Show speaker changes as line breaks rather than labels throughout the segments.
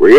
we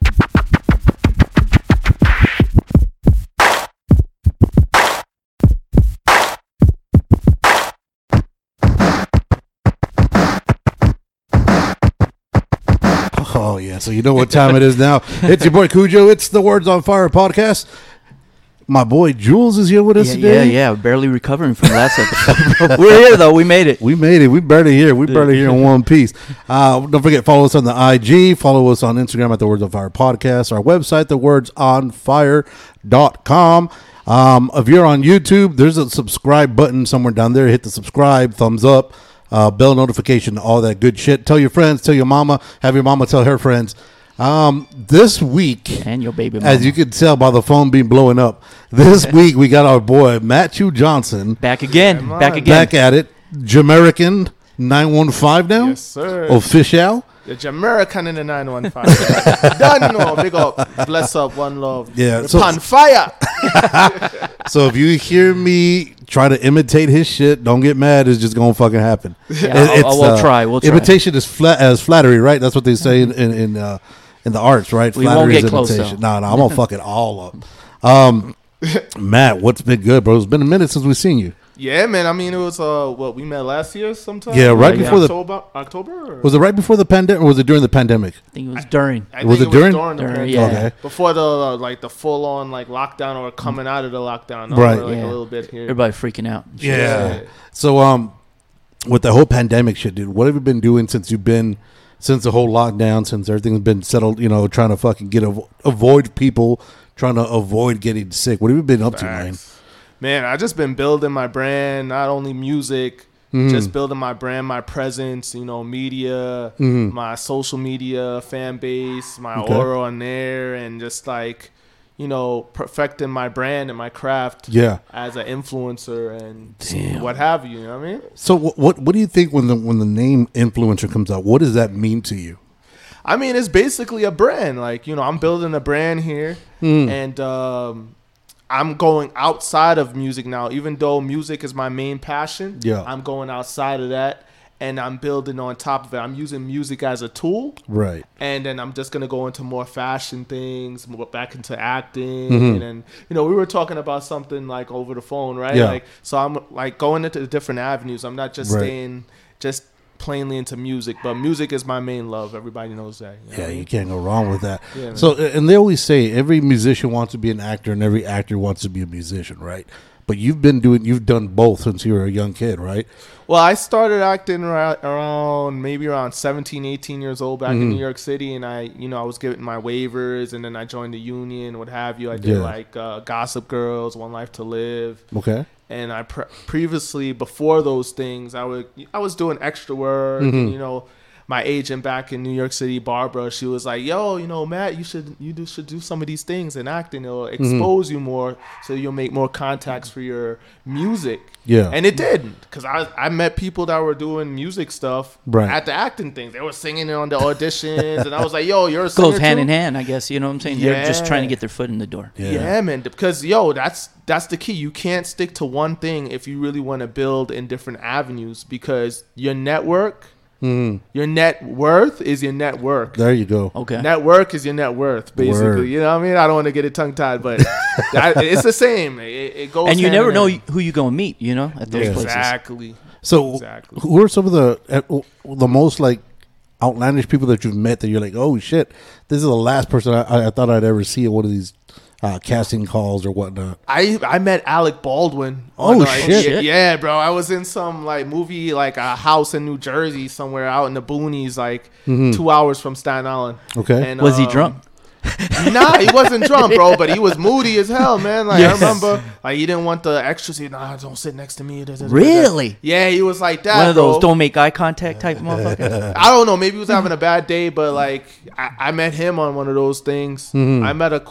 Oh yeah, so you know what time it is now. It's your boy Cujo. It's the Words on Fire podcast. My boy Jules is here with us
Yeah, yeah,
today.
yeah. Barely recovering from last episode. We're here though. We made it.
We made it. We barely here. We barely here in one piece. Uh, don't forget, follow us on the IG. Follow us on Instagram at the Words on Fire podcast. Our website, thewordsonfire.com. Um, if you're on YouTube, there's a subscribe button somewhere down there. Hit the subscribe, thumbs up, uh, bell notification, all that good shit. Tell your friends, tell your mama, have your mama tell her friends. Um, this week,
And your baby
As
mama.
you can tell by the phone being blowing up, this week we got our boy Matthew Johnson
Back again. Back again.
back at it. Jamaican nine one five now.
Yes, sir.
Official.
The Jamaican in the 915. Done, no. Big up. Bless up. One love.
Yeah,
Rip
so-
on fire.
So if you hear me try to imitate his shit, don't get mad. It's just gonna fucking happen. uh,
Yeah, I'll- I will try, we'll try.
Imitation is flat as flattery, right? That's what they say in in, in, uh, in the arts, right?
We won't get close, though.
No, no, I'm gonna fuck it all up. Um, Matt, what's been good, bro? It's been a minute since we've seen you.
Yeah, man. I mean, it was, uh, what, we met last year sometime?
Yeah, right
Like
before the-
October, the. October? Or?
Was it right before the pandemic, or was it during the pandemic?
I think it was during.
I
was
think
it during-
the
During,
pandemic.
yeah.
Okay.
Before the, uh, like, the full on, like, lockdown or coming out of the lockdown.
Right.
Over, like,
Yeah.
a little bit here.
Everybody freaking out.
Yeah. So um, with the whole pandemic shit, dude, what have you been doing since you've been since the whole lockdown, since everything's been settled? You know, trying to fucking get av- avoid people, trying to avoid getting sick. What have you been up to, man?
Man, I just been building my brand, not only music,
Mm-hmm.
just building my brand, my presence, you know, media, my social media, fan base, my
Mm-hmm. Okay.
aura on there, and just like, you know, perfecting my brand and my craft
Yeah.
as an influencer and what have you. You know what I mean?
So wh- what what do you think when the when the name influencer comes out? What does that mean to you?
I mean, it's basically a brand. Like, you know, I'm building a brand here and um, I'm going outside of music now. Even though music is my main passion,
Yeah.
I'm going outside of that and I'm building on top of it. I'm using music as a tool
Right.
and then I'm just gonna go into more fashion things, more back into acting,
Mm-hmm.
and then you know we were talking about something like over the phone, right?
Yeah.
Like so, I'm like going into different avenues. I'm not just
Right.
staying just plainly into music, but music is my main love. Everybody knows that. you know?
Yeah, you can't go wrong with that.
Yeah,
so, and they always say every musician wants to be an actor, and every actor wants to be a musician, right? But you've been doing, you've done both since you were a young kid, right?
Well, I started acting ra- around maybe around 17, 18 years old
Mm-hmm.
back in New York City, and I, you know, I was given my waivers, and then I joined the union, what have you. I did
Yeah.
like uh, Gossip Girls, One Life to Live.
Okay.
and I pre- previously before those things, I would I was doing extra work.
Mm-hmm.
And, you know, my agent back in New York City, Barbara, she was like, "Yo, you know, Matt, you should you do, should do some of these things and acting. It'll
Mm-hmm.
expose you more, so you'll make more contacts for your music."
Yeah.
and it did because I I met people that were doing music stuff
Right.
at the acting things. They were singing it on the auditions, and I was like, "Yo, you're a singer
Goes hand
too?
in hand, I guess. You know what I'm saying? They're just trying to
Yeah.
get their foot in the door.
Yeah.
Yeah. man. Because yo, that's that's the key. You can't stick to one thing if you really want to build in different avenues because your network,
Mm-hmm.
your net worth is your net work.
There you go.
Okay.
Network is your net worth, basically.
Word.
You know what I mean? I don't want to get it tongue tied, but that, it's the same. It, it goes.
and you
hand
never
in
know
hand.
who you gonna meet. You know, at those places.
exactly.
So,
Exactly.
who are some of the uh, the most like outlandish people that you've met that you're like, oh shit, this is the last person I- I, I thought I'd ever see at one of these uh, casting calls or whatnot.
I I met Alec Baldwin.
Oh,
on, like,
shit.
Yeah, yeah, bro. I was in some like movie, like a house in New Jersey, somewhere out in the boonies, like two hours from Staten Island.
Mm-hmm. Okay.
And,
Was he
um,
drunk?
Nah, he wasn't drunk, bro. But he was moody as hell, man. Like
Yes.
I remember, like he didn't want the extras. He nah, don't sit next to me. da, da, da, da, da.
Really?
Yeah, he was like that.
One of those
bro.
don't make eye contact type motherfuckers.
I don't know. Maybe he
Mm-hmm.
was having a bad day, but like I, I met him on one of those things.
Mm-hmm.
I met a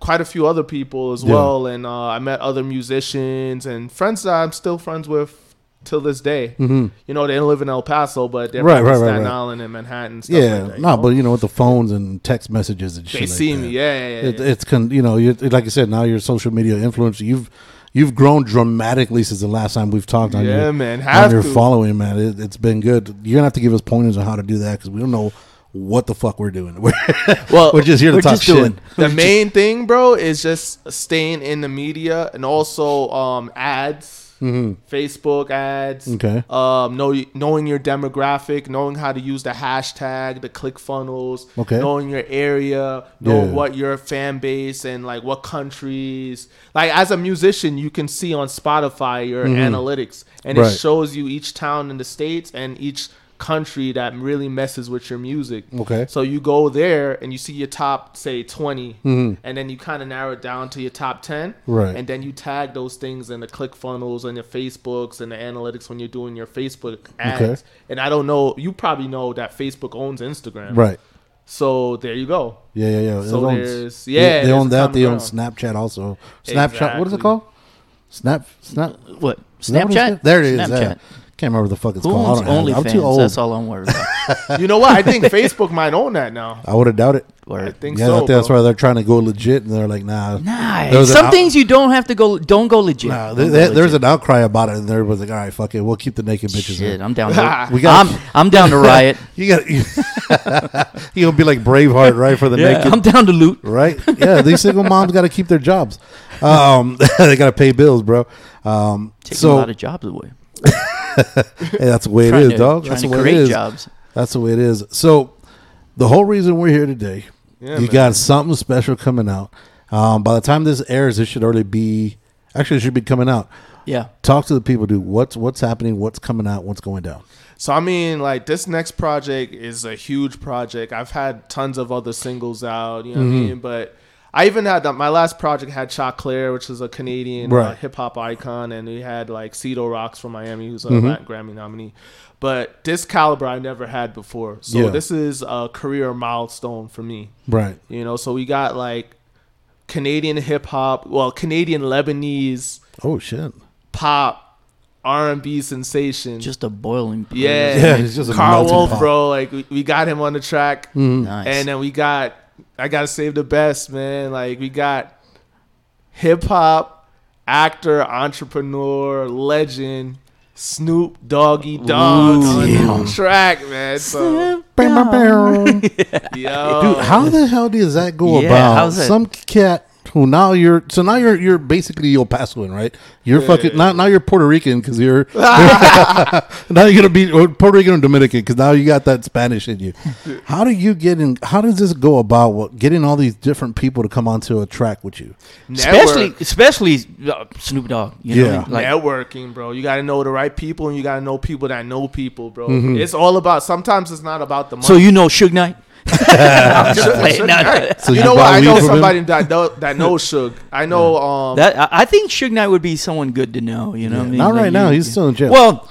quite a few other people as well, and uh, I met other musicians and friends that I'm still friends with till this day. You know, they don't live in El Paso, but they're
Mm-hmm. Right,
from
right, right,
Staten
right.
Island and Manhattan. and Stuff
Yeah,
like that, you
no,
know?
but you know with the phones and text messages and shit.
they
like
see
that.
me. Yeah, yeah, yeah,
It,
yeah.
it's con- you know you like I said now you're a social media influencer. You've you've grown dramatically since the last time we've talked on
Yeah,
your
man,
on
have
your
to.
following, man. It, it's been good. You're gonna have to give us pointers on how to do that because we don't know what the fuck we're doing. We're,
Well,
we're just here to
we're
talk
just
shit.
doing.
the main thing, bro, is just staying in the media and also um, ads, Facebook ads.
Mm-hmm. Okay.
Um, know, knowing your demographic, knowing how to use the hashtag, the click funnels.
Okay.
Knowing your area, knowing
Yeah.
what your fan base and like what countries. Like as a musician, you can see on Spotify your analytics, and
Mm-hmm. Right.
it shows you each town in the states and each country that really messes with your music.
Okay.
So you go there and you see your top, say, 20, and then you kind of narrow it down to your top 10.
Mm-hmm. Right.
And then you tag those things in the click funnels and your Facebooks and the analytics when you're doing your Facebook ads.
Okay.
And I don't know, you probably know that Facebook owns Instagram.
Right.
So there you go.
Yeah, yeah, yeah. It
So
owns-
there's-
they-
yeah,
they
there's
own that. They own
common
Snapchat also. Snapchat. What is
Exactly.
it called? Snap. Snap.
What?
is that what it's
Snapchat?
called? There it is.
Snapchat.
yeah. Can't remember what the fuck it's
Who
called.
owns
I don't have it. I'm too
OnlyFans?
old.
That's all I'm worried about.
You know what? I think Facebook might own that now.
I would have doubted.
I
Word.
think
Yeah, I
so.
think that's
bro.
why they're trying to go legit, and they're like, nah.
Nah,
There was an
some
out-
things you don't have to go. Don't go legit.
Nah,
Don't
th-
go
th- there was
legit.
an outcry about it, and everybody's like, all right, fuck it, we'll keep the naked bitches.
shit.
in.
I'm down. To,
We
we
got-
got. I'm, I'm down to riot.
You got you'll be like Braveheart, right? For the naked,
I'm down to loot.
right? Yeah, these single moms got to keep their jobs. Um, they got to pay bills, bro. Um,
Taking
so
a lot of jobs away.
hey, that's the way it
Trying
is,
to-
dog.
trying
That's
to
the way it
create
is.
jobs.
That's the way it is. So the whole reason we're here today,
Yeah,
you
man.
got something special coming out. Um, by the time this airs, it should already be actually it should be coming out.
Yeah.
Talk to the people, dude. What's what's happening? What's coming out? What's going down?
So I mean, like this next project is a huge project. I've had tons of other singles out, you know what I
Mm-hmm.
mean. But I even had that. My last project had Chaclair, which is a Canadian uh,
Right.
hip hop icon, and we had like Cedo Rocks from Miami, who's a
Mm-hmm.
Latin Grammy nominee. But this caliber I never had before. So
Yeah.
this is a career milestone for me.
Right.
You know, so we got like Canadian hip hop, well, Canadian Lebanese
Oh shit.
pop, R and B sensation.
Just a boiling. pot.
Yeah,
Yeah, he's just a
Carl
melting
Wolf,
pot.
bro. Like we, we got him on the track,
Nice.
and then we got I gotta save the best, man. Like we got hip hop actor, entrepreneur, legend. Snoop Doggy Dogg
Ooh.
on
Yeah.
the track, man. So,
Bam, bam, bam.
yo,
Dude, how the hell does that go
Yeah,
about?
how's that-
Some cat who now you're so now you're you're basically El Pasoan, right? You're fucking now now you're Puerto Rican because you're now you're gonna be or Puerto Rican or Dominican because now you got that Spanish in you. How do you get in? How does this go about? What getting all these different people to come onto a track with you?
Especially, especially uh, Snoop Dogg. You
Yeah.
Know? Like,
networking, bro. You gotta know the right people, and you gotta know people that know people, bro. It's all about. Sometimes it's not about the money.
so you know Suge Knight. I'm just playing. No, no.
So
you know what?
buy
I
weed
know
from him?
somebody that know, that knows Suge. I know. Um,
That I, I think Suge Knight would be someone good to know. You know, what I mean?
Not
Like,
right
you-
now. He's still in jail.
well.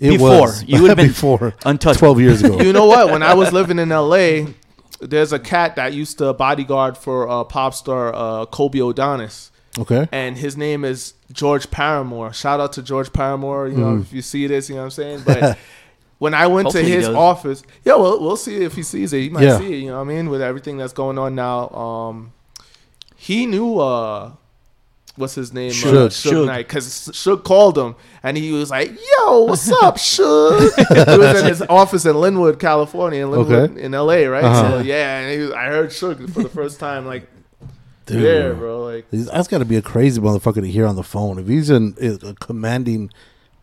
It
before.
was.
You would've been
before
untouchable.
twelve years ago.
you know what? When I was living in LA, there's a cat that used to bodyguard for uh, pop star uh, Kobe O'Donis,
okay.
and his name is George Paramore. Shout out to George Paramore. You
Mm.
know, if you see this, you know what I'm saying. But when I went
Hopefully
to
he
his
does.
office, yeah, well, we'll see if he sees it. He might
Yeah.
see it. You know what I mean? With everything that's going on now, um, he knew. Uh, What's his name?
Suge.
Uh, Suge
Suge.
Knight. Because Suge called him and he was like, Yo, what's up, Suge? he was in his office in Linwood, California, in Linwood,
Okay.
in LA, right?
Uh-huh.
So, yeah, and he was, I heard Suge for the first time, like,
Dude.
there, bro. Like,
He's- That's got to be a crazy motherfucker to hear on the phone. If he's in a a commanding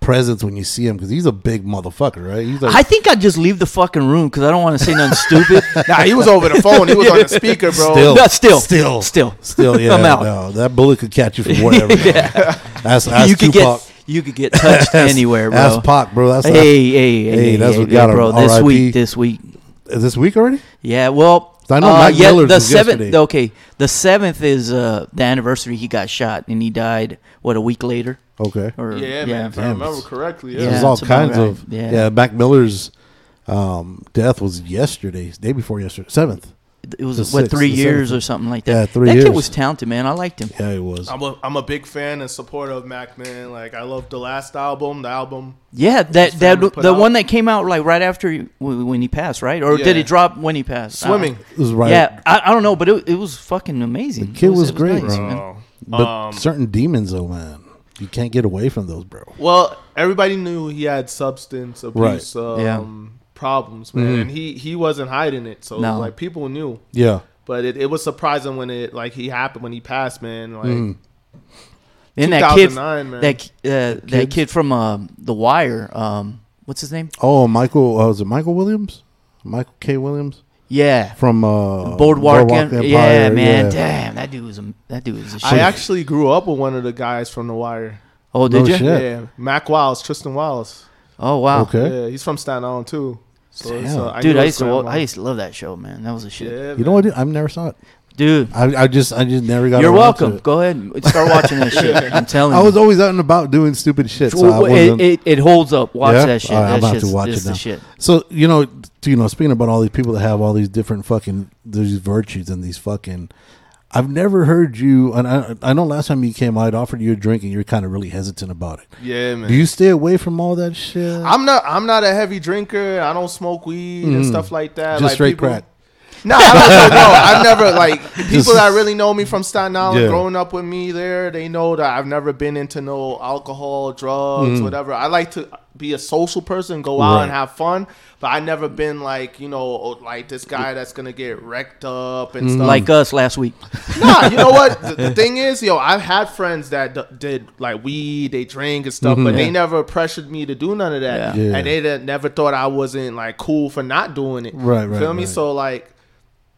presence when you see him, because he's a big motherfucker, right? He's like,
I think I'd just leave the fucking room because I don't want to say nothing stupid.
Nah, he was over the phone. He was on the speaker, bro.
Still.
No, still,
Still.
still,
still, yeah,
I'm out.
no, that bullet could catch you from wherever. That's, that's
you could
Tupac.
get you could get touched anywhere, bro.
That's Pac, bro. That's
Hey, hey, hey,
Hey,
hey,
that's
hey,
what got him.
bro. This
RIP.
week, this week.
Is this week already?
Yeah, well, uh,
I know Mac Miller's
the
was
seventh.
yesterday.
Okay, the seventh is uh, the anniversary he got shot, and he died what a week later.
Okay.
Or
yeah, man. If I
damn.
remember correctly, yeah.
There's
Yeah.
all
it's about
kinds
right.
of. Yeah.
Yeah.
Mac Miller's um, death was yesterday, day before yesterday, 7th.
it was
The
what
sixth,
three
the
years
seventh.
or something like that.
Yeah, three
that
years.
kid was talented, man. I liked him.
Yeah, it was.
I'm a, I'm a big fan and supporter of Mac, man. Like I loved the last album, the album.
Yeah, that that
family
the
put out-
one that came out like right after he- when when he passed, right? Or did
Yeah.
it drop when he passed? I don't-
Swimming.
It was right.
Yeah, I, I don't know, but it, it was fucking amazing.
The kid
It
was
it
great, bro.
man.
But certain demons, though, man, you can't get away from those, bro.
Well, everybody knew he had substance abuse
Yeah.
um, problems, man,
Mm-hmm.
and he he wasn't hiding it. So
No.
like people knew,
Yeah,
but it, it was surprising when it like he happened when he passed, man. Like
Mm-hmm.
Then that kid,
2009, man.
that uh, that
kids?
kid from uh, The Wire, um, what's his name?
Oh, Michael, uh, was it Michael Williams? Michael K. Williams
Yeah,
from uh,
Boardwalk, Em-
Empire,
Yeah, man.
yeah.
Damn, that dude was a that dude was a shit.
I actually grew up with one of the guys from The Wire.
oh, did
No
you?
shit. Yeah.
Yeah, Mac Wiles, Tristan Wiles.
Oh wow,
Okay.
Yeah, he's from Staten Island too. So it's,
Damn.
uh, I
dude.
knew
I
his
used to wa-
grandma.
I used to love that show, man. That was a shit,
Yeah,
You know what? I never saw it.
dude.
I, I just, I just never got.
You're
around to
welcome.
it.
Go ahead, and start watching that shit. I'm telling you.
I was always out and about doing stupid shit. So I
Well, it,
wasn't,
it, it holds up. Watch
Yeah?
that shit.
All right, I'm
that
about to
shit's
watch
it's
it
the
now.
shit.
So you know, t- you know, speaking about all these people that have all these different fucking these virtues and these fucking. I've never heard you, and I, I know last time you came, I'd offered you a drink, and you're kind of really hesitant about it.
yeah, man.
Do you stay away from all that shit?
I'm not. I'm not a heavy drinker. I don't smoke weed and stuff like that.
Just
like
straight crack.
No, I don't know. No, I've never like people that really know me from Staten Island,
Yeah.
growing up with me there. They know that I've never been into no alcohol, drugs, whatever. I like to be a social person, go out and
Right.
have fun, but I never been like you know oh, like this guy that's gonna get wrecked up and stuff.
Like us last week.
nah, you know what? The, the thing is, yo, I've had friends that d- did like weed, they drank and stuff, but they never pressured me to do none of that,
Yeah. Yeah.
and they didn't- never thought I wasn't like cool for not doing it.
Right, right,
Feel me?
right.
So like.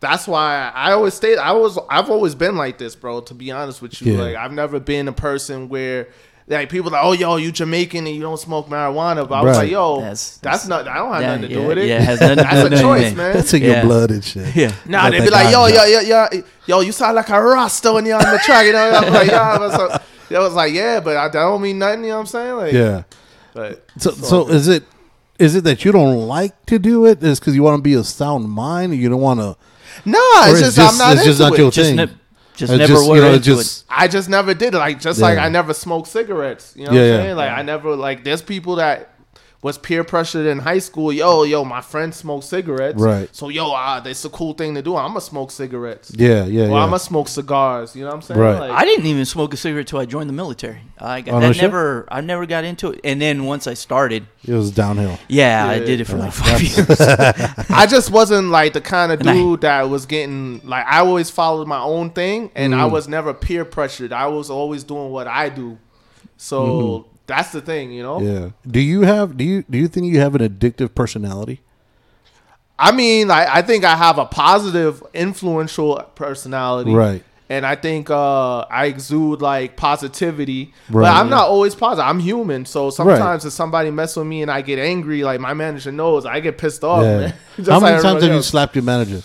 That's why I always stay. I was. I've always been like this, bro. To be honest with you,
Yeah.
like I've never been a person where, like people like, oh yo, you Jamaican and you don't smoke marijuana. But I was
Right.
like, yo,
That's-
that's, not. I don't have
Yeah,
nothing to
yeah,
do with it.
yeah, it has nothing-
that's
nothing
a
to
choice,
do.
man.
That's in your
Yeah.
blood and shit.
Yeah.
Nah,
Let
they'd
that
be like,
guy
yo,
jump.
yo, yo, yo, yo, you sound like a Rasta when you're on the track. You know, I was like, yo, I was like, I was like, yeah, but I that don't mean nothing. You know what I'm saying? Like,
Yeah.
But
So, so is it is it that you don't like to do it? Is because you want to be a sound mind, and you don't want to?
nah,
or
it's just, I'm not
it's
into
just not
it.
your
Just,
thing.
ne- just
It's
never
just,
were
you know,
into
just-
I just never did it. Like, just like
Yeah.
I never smoked cigarettes. You know
Yeah,
what
yeah.
I'm saying? Like, I never like. There's people that was peer pressured in high school. Yo, yo, my friend smoked cigarettes.
Right.
So yo, ah, that's a cool thing to do. I'm gonna smoke cigarettes.
Yeah, yeah, yeah.
Or I'm gonna smoke cigars. You know what I'm saying?
Right.
Like,
it. I didn't even smoke a cigarette till I joined the military. I got
Oh, no
that
shit?
never. I never got into it. And then once I started,
It was downhill.
yeah, I
Yeah.
did it
Oh,
for like five years.
I just wasn't like the kind of
And I-
dude that was getting like I always followed my own thing and
Mm.
I was never peer pressured. I was always doing what I do. So
Mm-hmm.
that's the thing, you know?
Yeah. Do you have do you do you think you have an addictive personality?
I mean, like I think I have a positive, influential personality.
Right.
And I think uh, I exude like positivity, but
Right.
I'm not always positive. I'm human, so sometimes if somebody mess with me and I get angry, like my manager knows, I get pissed off.
yeah.
Oh, Man.
How many times
everybody
have you
else.
slapped your manager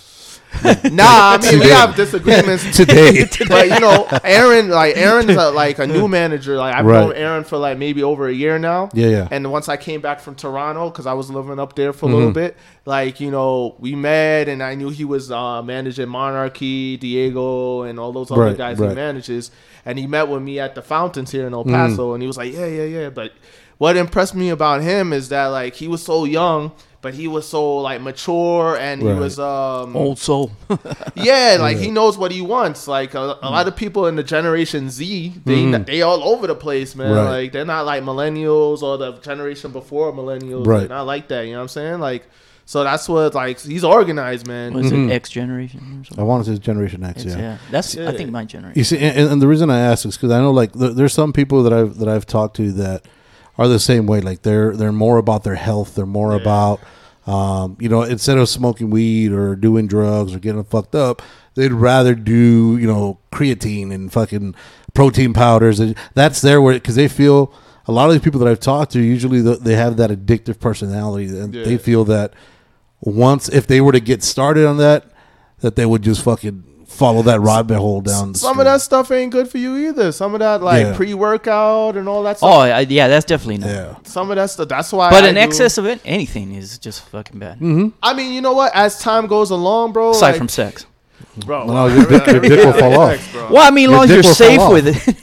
Nah, I mean we have disagreements
today?
but you know, Aaron, like Aaron's a, like a new manager. Like I've
Right.
known Aaron for like maybe over a year now.
Yeah, yeah.
And once I came back from Toronto, because I was living up there for a
Mm-hmm.
little bit, like you know, we met, and I knew he was uh, managing Monarchy, Diego, and all those other
Right,
guys
right. Mm.
he manages. And he met with me at the Fountains here in El Paso, and he was like, "Yeah, yeah, yeah." But what impressed me about him is that like he was so young. But he was so like mature, and
Right.
he was um,
Old soul.
yeah, like he knows what he wants. Like a, a lot of people in the Generation Z, they they all over the place, man.
Right.
Like they're not like millennials or the generation before millennials.
Right.
They're not like that. You know what I'm saying? Like, so that's what like he's organized, man.
Was it X generation or something?
I want to say Generation X.
It's-
Mm-hmm. yeah.
yeah. that's I think my generation.
You see, and, and the reason I ask is because I know like there, there's some people that I've that I've talked to that are the same way. Like they're they're more about their health. They're more about um, you know instead of smoking weed or doing drugs or getting fucked up, they'd rather do you know creatine and fucking protein powders. And that's their where because they feel a lot of these people that I've talked to usually th they have that addictive personality and they
Yeah.
feel that once if they were to get started on that that they would just fucking follow that rabbit hole down. The
Some
street.
of that stuff ain't good for you either. Some of that like
Yeah.
pre-workout and all that
Oh,
stuff.
I, yeah, that's definitely not.
Yeah.
Some of that stuff. That's why.
But
I
an
do-
excess of it, anything is just fucking bad.
Mm-hmm.
I mean, you know what? As time goes along, bro.
Aside
like,
from sex.
bro,
No, your dick- your dick will fall off.
Bro.
Well, I mean, as long as
dick
you're
will fall
safe
off.
with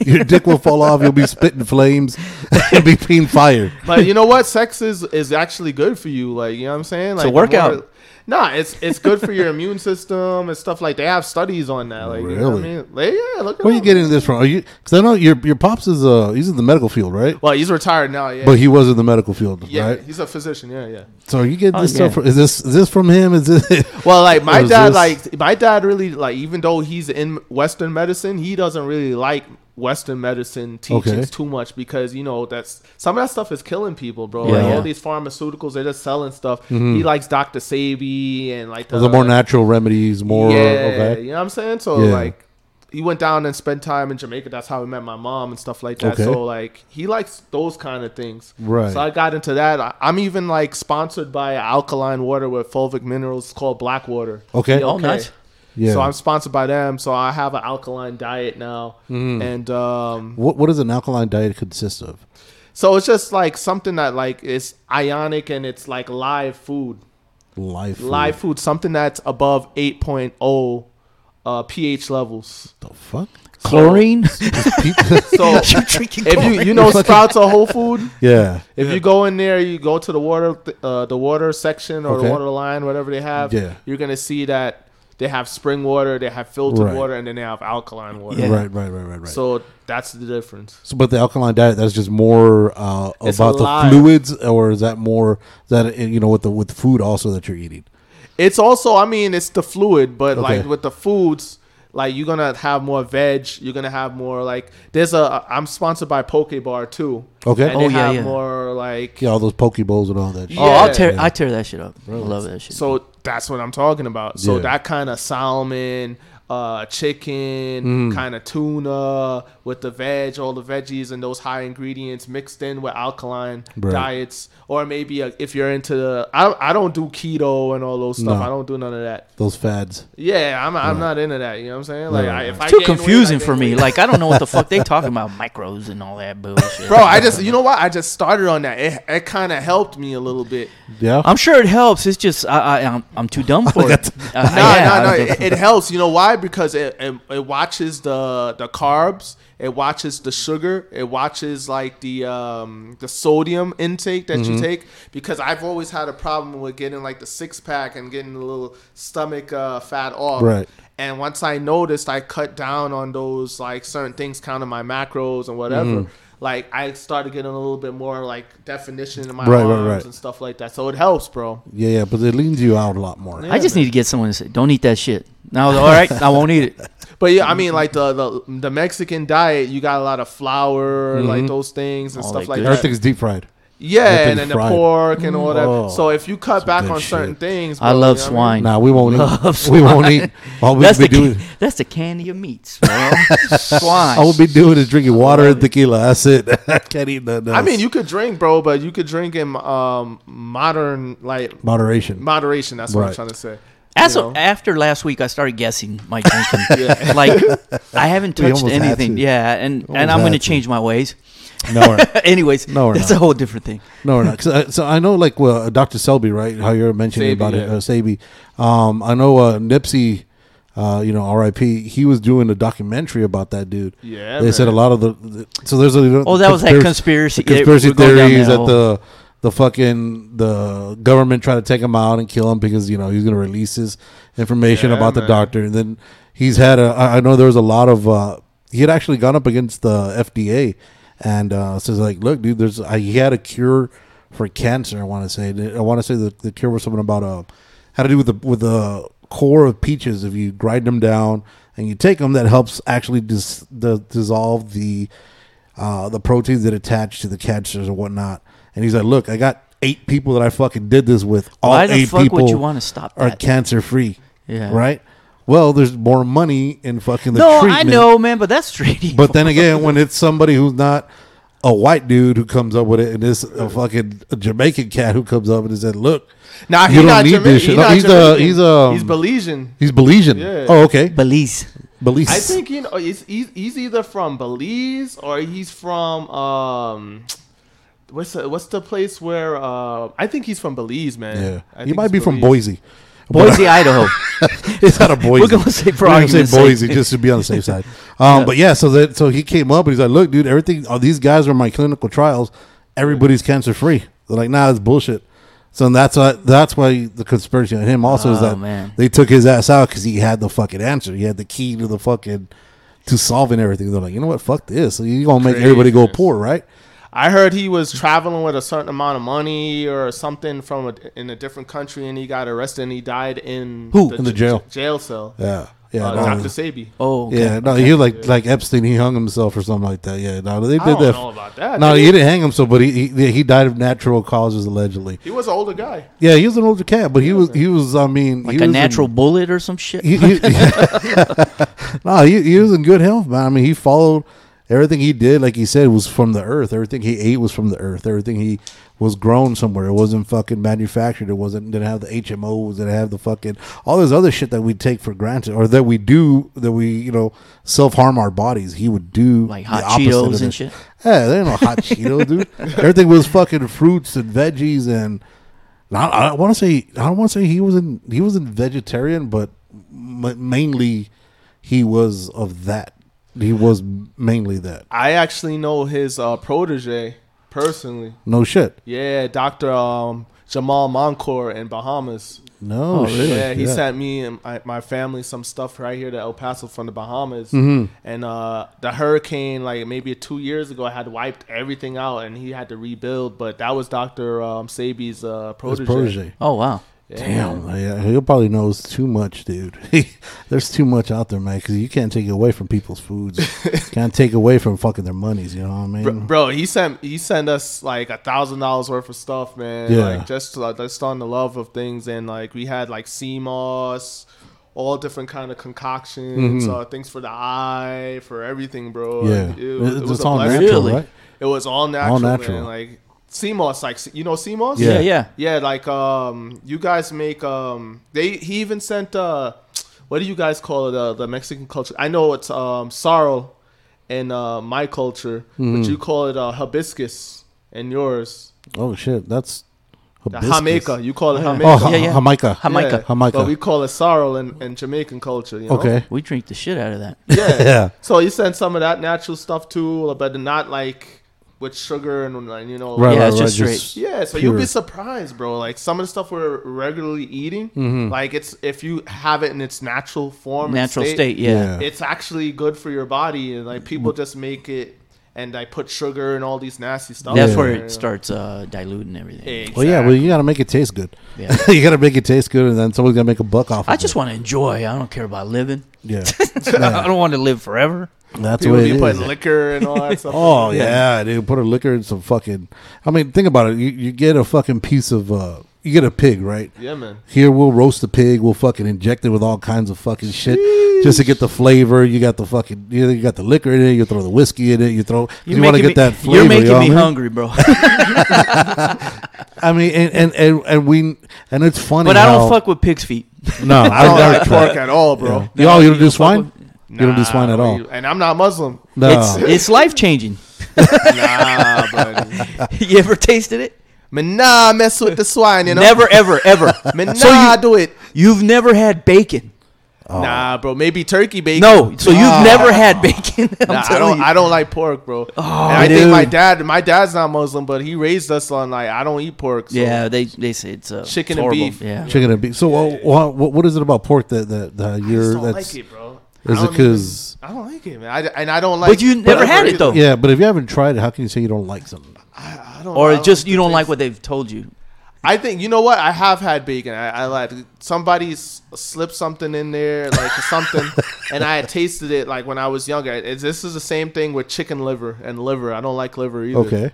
it.
Your dick will fall off. You'll be spitting flames. You'll be peeing fire.
But you know what? Sex is is actually good for you. Like you know what I'm saying? Like the
workout.
more- Nah, it's it's good for your immune system and stuff like. They have studies on that. Like you know what I
Really?
mean? Like, yeah, look. it
Where are you
up.
getting this from? Are you? Because I know your your pops is uh he's in the medical field, right?
Well, he's retired now. Yeah.
But he was in the medical field,
yeah,
right?
he's a physician. Yeah, yeah.
So are you getting this
Oh,
stuff?
yeah.
From, is this is this from him? Is it?
Well, like
Or
my
is this-
dad, like my dad really like even though he's in Western medicine, he doesn't really like Western medicine teachings
Okay.
too much because you know that's some of that stuff is killing people, bro.
Yeah.
Like
Yeah.
all these pharmaceuticals, they're just selling stuff. He likes Dr. Sabi and like
the Mm-hmm. more natural remedies, more okay.
you know what I'm saying? So
Yeah.
like he went down and spent time in Jamaica. That's how he met my mom and stuff like that.
Okay.
So like he likes those kind of things.
Right.
So I got into that. I, I'm even like sponsored by alkaline water with fulvic minerals called black water.
Okay.
Oh, nice.
Yeah.
So I'm sponsored by them. So I have an alkaline diet now,
Mm.
and um,
What what does an alkaline diet consist of?
so it's just like something that like is ionic and it's like live food.
Life.
live food, something that's above 8.0 uh, pH levels.
The fuck.
Chlorine?
So
You're drinking
if you
chlorine.
you know Sprouts or Whole Food,
yeah.
if you go in there, you go to the water uh, the water section or
Okay.
the water line, whatever they have.
Yeah.
you're gonna see that they have spring water, they have filtered
Right.
water, and then they have alkaline water.
Yeah.
Right. Right. Right. Right. Right.
So that's the difference.
So, but the alkaline diet that's just more uh,
It's
about the
alive.
fluids, or is that more is that uh, you know with the with food also that you're eating?
It's also, I mean, it's the fluid, but like
Okay.
with the foods, like you're gonna have more veg. You're gonna have more like there's a. I'm sponsored by Poke Bar too.
Okay.
and
Oh,
they
yeah,
have
yeah.
more like.
Yeah, all those poke bowls and all that. shit.
Oh, I'll
Yeah.
tear, I tear that shit up. I love that shit.
So that's what I'm talking about. So
Yeah.
that kind of salmon, uh, chicken, kind of tuna with the veg, all the veggies and those high ingredients mixed in with alkaline
Right.
diets, or maybe uh if you're into the, I, I don't do keto and all those stuff.
No.
I don't do none of that.
Those fads.
Yeah, I'm, I'm not into that. You know what I'm saying? Like, I, if I
Too
gain weight, I
confusing
gain
for me.
weight.
Like, I don't know what the fuck they talking about. Micros and all that bullshit.
bro, I just, you know what? I just started on that. It, it kind of helped me a little bit.
Yeah.
I'm sure it helps. It's just I, I I'm, I'm too dumb for it. Uh,
No,
yeah, I
no, no.
don't-
It, it helps. You know why? Because it, it it watches the the carbs. It watches the sugar. It watches like the um the sodium intake that
Mm-hmm.
you take. Because I've always had a problem with getting like the six pack and getting a little stomach uh, fat off.
Right.
And once I noticed, I cut down on those like certain things, counting my macros and whatever.
Mm-hmm.
Like I started getting a little bit more like definition in my
Right, right,
arms
right.
and stuff like that. So it helps, bro.
yeah, yeah, but it leans you out a lot more.
I just need to get someone to say, "Don't eat that shit." Now, all right, I won't eat it.
But yeah, I mean, like the, the the Mexican diet, you got a lot of flour,
Mm-hmm.
like those things and
All
stuff
that
like
good
that.
Everything's deep fried.
yeah,
everything's
and then the
fried.
pork and all that.
Oh,
so if you cut back
good
on certain
shit.
things,
I
bro,
love
you know what
swine.
Nah, we won't eat. we won't eat. All we
that's
be
the
doing. Oh,
can, that's the candy of meats, bro. Swine.
All we be doing is drinking water and tequila. That's it. I can't eat nothing
I mean? I mean,
else.
you could drink, bro, but you could drink in um modern like
moderation.
moderation. That's what I'm
Right.
trying to say.
As
you
of-
know?
after last week, I started guessing my drinking. Like I haven't
We
touched
almost had
anything.
to.
Yeah, and
Almost
and I'm
had
going to
to.
change my ways.
No, we're not.
Anyways,
No, we're
that's
not.
a whole different thing.
no, we're not. 'Cause I- so I know, like, well, Dr. Selby, right? How you're mentioning
Sebi,
about it,
yeah.
uh, Sabi. Um, I know uh, Nipsey. Uh, you know, R.I.P. He was doing a documentary about that dude.
Yeah,
they said a
man.
lot of the, the- so there's a
Oh, that was that conspiracy-
the conspiracy
yeah, we're going down
theories
that
that the the fucking the government tried to take him out and kill him because you know he's gonna release his information
Yeah,
about the
man.
doctor, and then he's had a I I know there was a lot of uh, he had actually gone up against the FDA and uh, says like, look, dude, there's I, he had a cure for cancer. I want to say I want to say the, the cure was something about uh had to do with the with the core of peaches. If you grind them down and you take them, that helps actually dis, the, dissolve the uh, the proteins that attach to the cancers and whatnot. And he's like, look, I got eight people that I fucking did this with. All
Why the
eight
fuck would
people
you wanna stop
Are
that?
cancer free.
Yeah.
Right. Well, there's more money in fucking the
no, I
treatment.
know, man, but that's treating.
But then again, when it's somebody who's not a white dude who comes up with it, and this a fucking Jamaican cat who comes up and said, "Look,
Nah,
you
he
don't
not
need
Jamaican.
this shit."
He
No,
not
he's a
Jamaican.
he's um, a
he's Belizean.
he's Belizean.
Yeah.
Oh, okay,
Belize.
Belize.
I think you know he's, he's, he's either from Belize or he's from um what's the, what's the place where uh I think he's from Belize, man.
yeah,
I
he
think
might
it's
be from
Belize.
Boise.
Boise, Idaho.
it's not a Boise.
We're gonna say for
We're gonna
argument's
say Boise
sake.
just to be on the safe side. Um, But yeah, so that so he came up and he's like, "Look, dude, everything. All these guys are my clinical trials. Everybody's
Mm-hmm.
cancer free." They're like, "Nah, it's bullshit." So that's why that's why the conspiracy on him also is
Oh,
that
man.
they took his ass out because he had the fucking answer. He had the key to the fucking to solving everything. They're like, you know what? Fuck this. You gonna make everybody go
Craziness.
poor, right?
I heard he was traveling with a certain amount of money or something from a, in a different country, and he got arrested and he died in
Who? In the
j-
jail.
j- jail cell.
Yeah, yeah.
uh,
no.
Dr. Sabi.
Oh, okay.
Yeah, no, he like like Epstein, he hung himself or something like that. Yeah, no, they did
I don't
that.
know about that.
No,
Did
he
he?
didn't hang himself, but he, he he died of natural causes allegedly.
He was an older guy.
Yeah, he was an older cat, but he was he was I mean he
like a
was in-
natural bullet or some shit.
he, he, no, he, he was in good health, man. I mean, he followed everything he did, like he said, was from the earth. Everything he ate was from the earth. Everything he was grown somewhere. It wasn't fucking manufactured. It wasn't didn't have the HMOs. Didn't have the fucking all this other shit that we take for granted or that we do that we you know self harm our bodies. He would do
Like
the
hot
opposite of
Cheetos and
that.
shit?
Yeah, there ain't no hot Cheetos, dude. Everything was fucking fruits and veggies and. I, I want to say I don't want to say he was in he was in vegetarian, but m- mainly he was of that. He was mainly that.
I actually know his uh, protege personally.
No shit.
Yeah, Dr. Um, Jamal Moncor in Bahamas.
No shit.
Yeah, he
Oh, Yeah.
sent me and my, my family some stuff right here to El Paso from the Bahamas.
Mm-hmm.
And uh, the hurricane, like maybe two years ago, had wiped everything out and he had to rebuild. But that was Dr. Um, Sabi's uh,
His
protege.
protege.
Oh wow.
Damn, yeah, he probably knows too much, dude. There's too much out there, man. Because you can't take away from people's foods. can't take away from fucking their monies. You know what I mean?
Bro, bro, he sent he sent us like a thousand dollars worth of stuff, man.
Yeah.
Like just like just on the love of things, and like we had like sea moss, all different kind of concoctions, uh, things for the eye, for everything, bro.
Mm-hmm. yeah,
Like, it, was- it
it's,
was
it's
a
all
blessing.
natural,
Really?
right?
It was all natural,
natural.
man. Like sea moss, like you know sea moss.
Yeah.
Yeah, yeah.
Yeah, like um, you guys make um, they he even sent uh, what do you guys call it? Uh, the Mexican culture. I know it's um, sorrel, in uh my culture,
Mm-hmm.
but you call it uh hibiscus in yours.
Oh shit, that's
The
hibiscus.
jamaica, you call it
Oh,
jamaica.
ha-
Yeah, yeah.
Jamaica.
Yeah,
Jamaica.
But we
Jamaica.
call it sorrel in, in Jamaican culture. You know?
Okay.
We drink the shit out of that.
Yeah.
Yeah.
So you send some of that natural stuff too, but not like with sugar and like, you know.
Right,
Yeah,
right,
it's
right,
just straight.
Yeah, so you'll
pure.
be surprised, bro. Like some of the stuff we're regularly eating,
Mm-hmm.
like it's if you have it in its natural form, and
Natural state. Yeah.
Yeah.
it's actually good for your body and like people just make it and like put sugar and all these nasty stuff
That's
in
where
there, you
it starts uh, diluting everything.
know?
Well, yeah, well,
Exactly.
you got to make it taste good.
Yeah.
you got to make it taste good, and then someone's gonna make a buck off.
I
of
just
it.
want to enjoy. I don't care about living.
yeah,
I don't want to live forever.
that's
people
what it
be putting
is.
liquor and all that stuff.
Oh
in there.
yeah, dude, put a liquor in some fucking. I mean, think about it. You, you get a fucking piece of. uh You get a pig, right?
yeah, man.
Here we'll roast the pig. We'll fucking inject it with all kinds of fucking shit just to get the flavor. You got the fucking. You, know, you got the liquor in it. You throw the whiskey in it. You throw. 'cause You want to
making
get
me-
that flavor.
You're making
know
me
what I mean?
hungry, bro.
I mean, and and, and and we and it's funny.
but I don't
how-
fuck with pig's feet.
No, I
I
don't
don't
ever
like pork at all, bro.
You all you don't do
fuck
swine.
with-
You don't do swine at
Nah,
all.
you- And I'm not Muslim.
No.
It's it's life changing.
nah, buddy.
you ever tasted it?
Man, nah, mess with the swine, you know.
Never, ever, ever.
Man,
So
nah,
you-
do it.
You've never had bacon.
Oh.
Nah, bro. Maybe turkey bacon.
No, so you've never had bacon. I'm
Nah, I
telling
don't.
you. Oh,
I don't like pork, bro. and I think
dude.
my dad. My dad's not Muslim, but he raised us on like I don't eat pork. So.
yeah, they they say it's uh, it's
Chicken and
horrible.
beef.
Yeah,
Chicken and beef. So, uh, wha- what, what is it about pork that that, that
I just
you're?
don't
That's
like it, bro.
is
I
it
don't even-
'cause-
I don't like it, man. I, and I don't like.
but you never had it
either.
though,
yeah. But if you haven't tried it, how can you say you don't like something?
I don't, I
or
don't
just
like
you
the
don't
taste.
like what they've told you.
I think you know what I have had bacon. I, I like somebody s- slipped something in there, like something, and I had tasted it like when I was younger. It's, this is the same thing with chicken liver and liver. I don't like liver either.
Okay.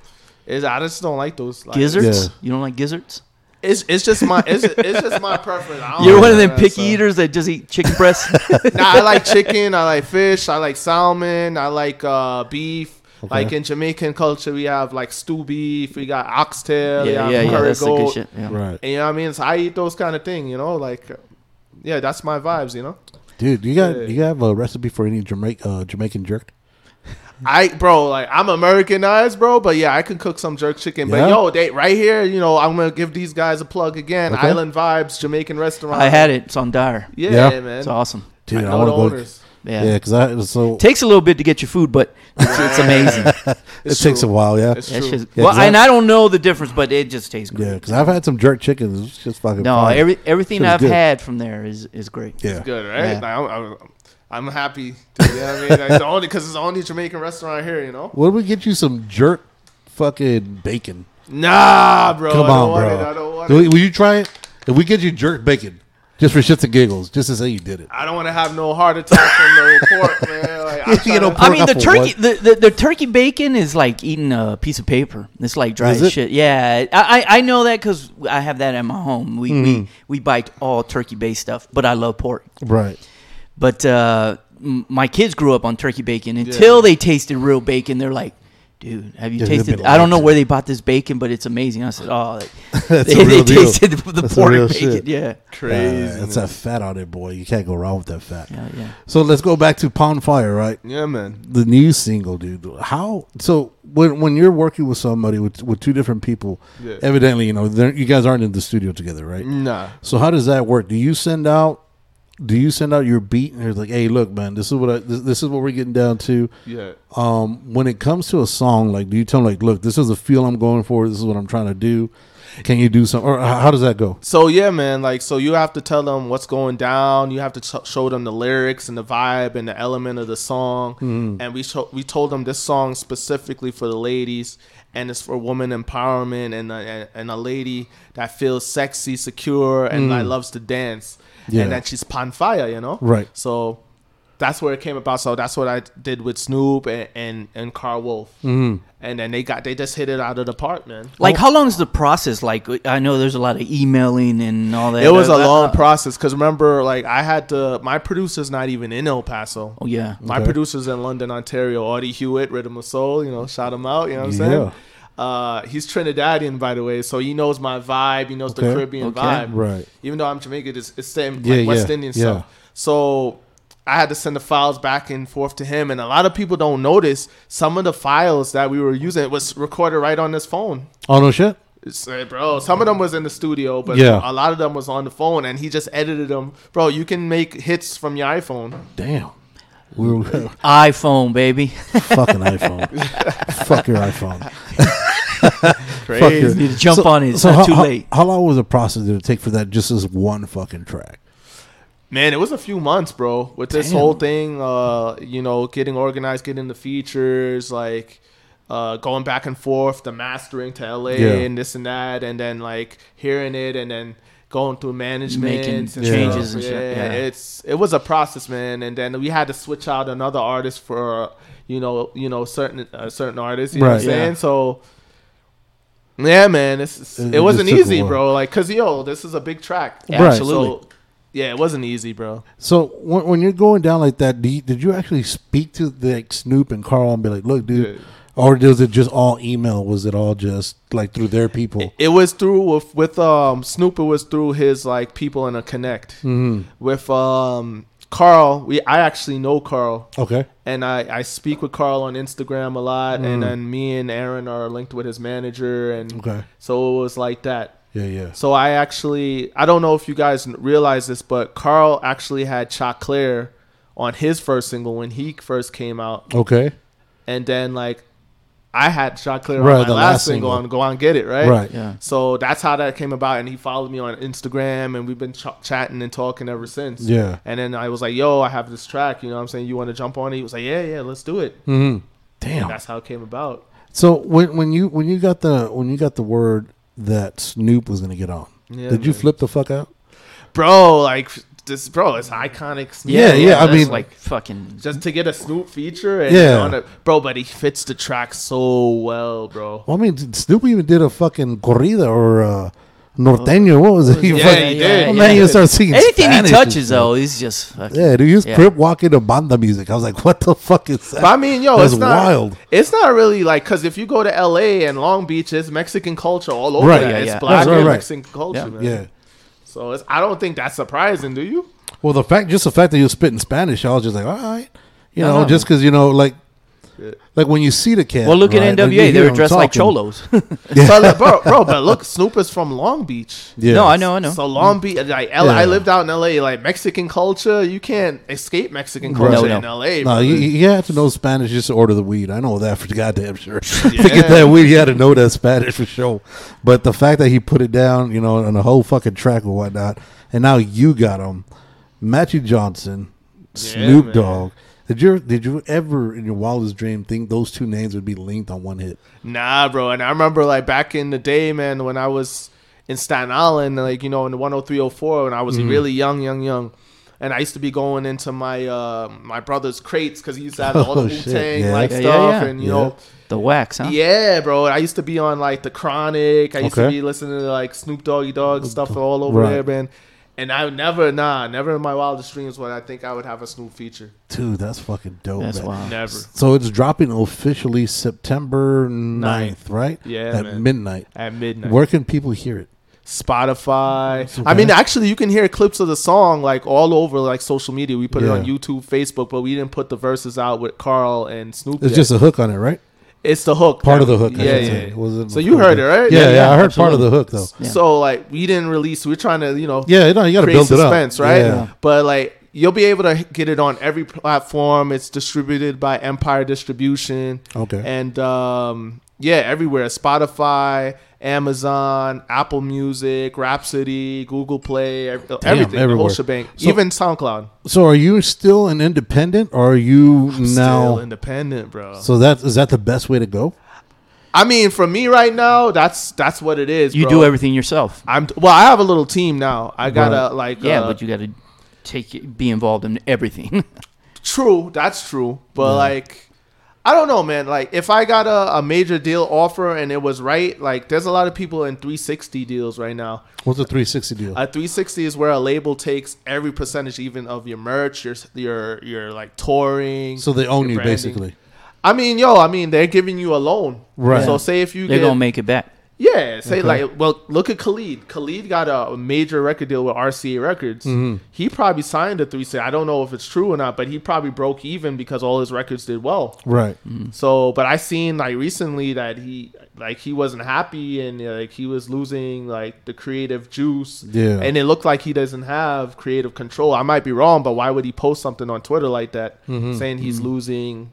It's- I just don't like those. Like,
Gizzards?
Yeah.
You don't like gizzards?
It's, it's just my it's, it's just my preference. I don't
Oh,
You're
like
one of them
that,
picky
so.
eaters that just eat chicken breasts.
Nah, I like chicken. I like fish. I like salmon. I like uh, beef. Like in Jamaican culture, we have like stew beef, we got oxtail,
yeah,
we
yeah,
have
yeah.
curry
That's the
goat.
good shit. Yeah.
Right.
And you know what I mean? So I eat those kind of thing, you know, like yeah, that's my vibes, you know.
Dude, you got you have a recipe for any Jamaica uh, Jamaican jerk? Mm-hmm.
I bro, like I'm Americanized, bro, but yeah, I can cook some jerk chicken.
Yeah?
But yo, they right here, you know, I'm gonna give these guys a plug again.
Okay.
Island Vibes Jamaican Restaurant.
I had it. It's on Dire.
yeah,
Yeah.
man.
It's awesome.
Dude,
I
I,
know
want
the
to go.
owners.
Yeah.
Yeah, because I so
Takes a little bit to get your food, but it's, it's amazing.
it
It's
takes a
true.
while. Yeah,
It's
That's
true.
just,
Yeah,
well,
'cause I-
and I don't know the difference, but it just tastes great.
yeah, because I've had some jerk chickens. It's just fucking
No,
fire.
every, everything
Shit is
I've
good.
had from there is, is great.
yeah,
good, right?
Yeah.
Like, I'm, I'm, I'm happy. dude, you know what I mean? Like, the only because it's the only Jamaican restaurant here, you know.
What do we get you some jerk fucking bacon?
Nah, bro.
Come
Oh, I don't
on, bro.
want It, I don't want
Do we-
it.
will you try it? If we get you jerk bacon, just for shits and giggles, just to say you did it.
I don't want to have no heart attack from the report, man. Like, I'm
You
trying
know,
to-
I mean, the
Pineapple,
turkey,
what?
the, the, the turkey bacon is like eating a piece of paper. It's like dry
Is
as
it?
shit. Yeah, I, I I know that because I have that at my home. We we,
Mm-hmm.
we bite all turkey based stuff, but I love pork.
Right.
But uh, m- my kids grew up on turkey bacon until they tasted real bacon. They're like, dude, have you
Yeah, they've
tasted?
been
I don't
lied
know
to.
where they bought this bacon, but it's amazing. I said, oh, like,
That's a
they,
real
they
deal.
tasted the, the
That's a
pork
real
bacon.
shit.
Yeah.
crazy.
Uh, it's that fat on it, boy. You can't go wrong with that fat.
Yeah, yeah.
So let's go back to Pound Fire, right?
yeah, man.
The new single, dude. How? So when when you're working with somebody with with two different people,
Yeah. Mm.
evidently, you know, they're- you guys aren't in the studio together, right?
Nah.
So how does that work? Do you send out? Do you send out your beat and it's like, hey, look, man, this is what I, this, this is what we're getting down to.
Yeah.
Um, when it comes to a song, like, do you tell them like, look, this is the feel I'm going for. This is what I'm trying to do. Can you do something? Or h- how does that go?
So yeah, man. Like, so you have to tell them what's going down. You have to t- show them the lyrics and the vibe and the element of the song.
Mm-hmm.
And we sho- we told them this song specifically for the ladies, and it's for woman empowerment and a, and a lady that feels sexy, secure, and like, loves to dance,
Mm. Yeah.
and that she's pan fire, you know.
Right.
So that's where it came about. So that's what I did with Snoop and and, and Carl Wolf,
Mm-hmm.
mm. and then they got they just hit it out of the park, man.
Like, how long is the process? Like, I know there's a lot of emailing and all that.
It was a
Uh,
long
uh,
process because remember, like I had to. My producer's not even in El Paso.
Oh yeah.
My
Okay.
producer's in London, Ontario. Audie Hewitt, Rhythm of Soul. You know, shout him out. You know what I'm
Yeah.
saying? Uh, he's Trinidadian, by the way, so he knows my vibe. He knows
Okay.
the Caribbean
Okay.
vibe,
Right.
Even though I'm Jamaican, it's, it's same like
Yeah,
West
yeah,
Indian
yeah.
stuff. So I had to send the files back and forth to him, and a lot of people don't notice some of the files that we were using was recorded right on this phone.
Oh no shit.
It's, uh, bro, some of them was in the studio, but
Yeah.
a lot of them was on the phone, and he just edited them. Bro, you can make hits from your iPhone.
Damn. We were
iPhone, baby.
fucking iPhone. Fuck your iPhone. Fuck your-
Crazy.
need to jump on it. It's not
how,
too
how-
late.
How long was the process did it take for that? Just as one fucking track.
Man, it was a few months, bro, with this
Damn.
whole thing. Uh, you know, getting organized, getting the features, like uh, going back and forth, the mastering to LA
Yeah.
and this and that, and then like hearing it, and then going through management,
Making
and stuff.
changes and shit, yeah.
it's it was a process, man. And then we had to switch out another artist for uh, you know, you know, certain uh, certain artists. You know what
Right.
I'm
Yeah.
saying? So. Yeah, man, it's, it's-
It- it
it,
just
wasn't
took a
easy,
while.
bro. Like, cause yo, this is a big track.
Right.
So, yeah, it wasn't easy, bro.
So when, when you're going down like that, do you, did you actually speak to like Snoop and Carl and be like, "Look, dude,"
Yeah.
or was it just all email? Was it all just like through their people?
It was through with, with um Snoop. It was through his like people in a connect
Mm-hmm.
with um Carl. We I actually know Carl,
Okay,
and I I speak with Carl on Instagram a lot,
Mm.
and then me and Aaron are linked with his manager, and
Okay.
so it was like that.
yeah, yeah.
So I actually I don't know if you guys n- realize this, but Carl actually had Chaclair on his first single when he first came out.
Okay,
and then like I had shot clear
Right,
on my
the
last,
last
single,
single.
on Go On Get It, right?
Right.
Yeah.
So that's how that came about, and he followed me on Instagram, and we've been ch- chatting and talking ever since.
Yeah.
And then I was like, "Yo, I have this track. You know, what I'm saying you want to jump on it." He was like, "Yeah, yeah, let's do it."
Hmm. damn.
That's how it came about.
So when when you when you got the when you got the word that Snoop was gonna get on,
Yeah,
did you
man.
flip the fuck out?
Bro, like this, bro, it's iconic. Snoop.
Yeah, yeah, I
that's
mean-
like fucking.
Just to get a Snoop feature, and
Yeah.
on it, bro, but he fits the track so well, bro.
Well, I mean, Snoop even did a fucking corrida or uh, norteño. What was it? He
Yeah,
fucking-
he did.
Oh,
yeah.
man, he started singing
Anything
Spanish
he
and
touches,
shit.
though, he's just fucking,
Yeah, dude, he was
Yeah.
crip walking to banda music. I was like, what the fuck is that?
But I mean, yo,
That's
it's not
wild.
It's not really like because if you go to L.A. and Long Beach, it's Mexican culture all over.
Right,
there.
yeah,
it's
yeah.
black
Right, right,
and
right.
Mexican culture,
Yeah.
man.
Yeah.
So it's, I don't think that's surprising, do you?
Well, the fact, just the fact that you spit in Spanish, I was just like, all right, you know,
no,
just because you know, like, like when you see the cat.
Well, look
right,
at
and you
NWA. They
hear
were
him
dressed like
talking.
cholos.
But, like, bro, bro, but look, Snoop is from Long Beach.
Yeah.
No, I know, I know.
So Long Beach, like L-
Yeah.
I lived out in L.A. Like Mexican culture, you can't escape Mexican culture
No,
in
no.
L.A.
No,
bro.
you, you had to know Spanish just to order the weed. I know that for goddamn sure. to get that weed, you had to know that Spanish for sure. But the fact that he put it down, you know, on a whole fucking track or whatnot, and now you got him, Matthew Johnson, Snoop
man.
Dogg. Did you did you ever in your wildest dream think those two names would be linked on one hit?
Nah, bro. And I remember like back in the day, man, when I was in Staten Island, like, you know, in the 10304, when I
Mm-hmm.
was really young, young, young. And I used to be going into my uh, my brother's crates because he used to have all
Oh,
the Wu
shit.
Tang
Yeah.
like
Yeah, yeah,
stuff,
yeah.
and you
Yeah.
know,
the wax, huh?
yeah, bro. I used to be on like the Chronic. I used to
Okay.
be listening to like Snoop Doggy Dogg stuff all over
Right.
there, man. And I would never, nah, never in my wildest dreams would I think I would have a Snoop feature.
Dude, that's fucking dope.
That's
man.
wild.
Never.
So it's dropping officially September 9th, right?
Yeah,
At
man.
midnight.
At midnight.
Where can people hear it?
Spotify. I
okay.
mean, actually, you can hear clips of the song like all over like social media. We put it on
Yeah.
YouTube, Facebook, but we didn't put the verses out with Carl and Snoop.
It's
yet.
just a hook on it, right?
it's the hook,
Part of the hook. I
Yeah,
should
yeah.
say. Was it
so you heard it, right?
Yeah, yeah. I heard part
absolutely.
of the hook though.
Yeah.
So like, we didn't release. We're trying to, you know,
Yeah, no, you got to
create
build
suspense,
it up,
right?
Yeah.
But like, you'll be able to get it on every platform. It's distributed by Empire Distribution.
Okay.
And um, yeah, everywhere: Spotify, Amazon, Apple Music, Rhapsody, Google Play, ev- uh, everything, the whole
everywhere.
shebang,
So-
even SoundCloud.
So are you still an independent, or are you now?
Still independent, bro.
so that is that the best way to go?
I mean, for me right now, that's that's what it is.
You
bro.
do everything yourself.
I'm well. I have a little team now. I gotta
Right.
like
Yeah,
uh,
but you got to take it- be involved in everything.
True, that's true. But like, I don't know, man. Like, if I got a, a major deal offer and it was right, like, there's a lot of people in 360 deals right now.
What's a 360 deal?
A 360 is where a label takes every percentage, even of your merch, your your your like touring.
so they own
your
you
branding.
basically.
I mean, yo, I mean, they're giving you a loan.
Right.
So say if you
They're
get-
gonna make it back.
yeah, say like, well, look at Khalid. Khalid got a major record deal with RCA Records.
Mm-hmm.
He probably signed a three. Say, I don't know if it's true or not, but he probably broke even because all his records did well.
Right.
So, but I seen like recently that he like he wasn't happy and like he was losing like the creative juice.
Yeah.
and it looked like he doesn't have creative control. I might be wrong, but why would he post something on Twitter like that
Mm-hmm.
saying he's losing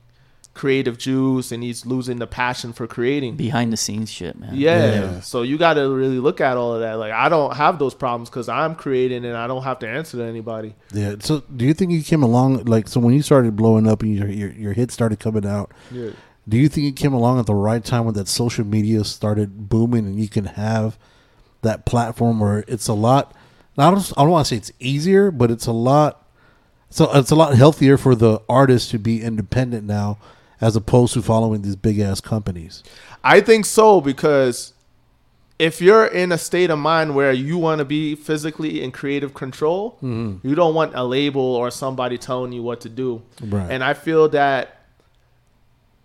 creative juice and he's losing the passion for creating?
Behind the scenes shit, man.
Yeah.
Yeah.
So you got to really look at all of that. Like I don't have those problems because I'm creating and I don't have to answer to anybody.
Yeah. So do you think you came along like so when you started blowing up and your your, your hits started coming out?
Yeah.
Do you think you came along at the right time when that social media started booming and you can have that platform where it's a lot? I don't, I don't want to say it's easier, but it's a lot. So it's a lot healthier for the artist to be independent now, as opposed to following these big ass companies.
I think so because if you're in a state of mind where you want to be physically in creative control,
Mm-hmm.
you don't want a label or somebody telling you what to do.
Right.
And I feel that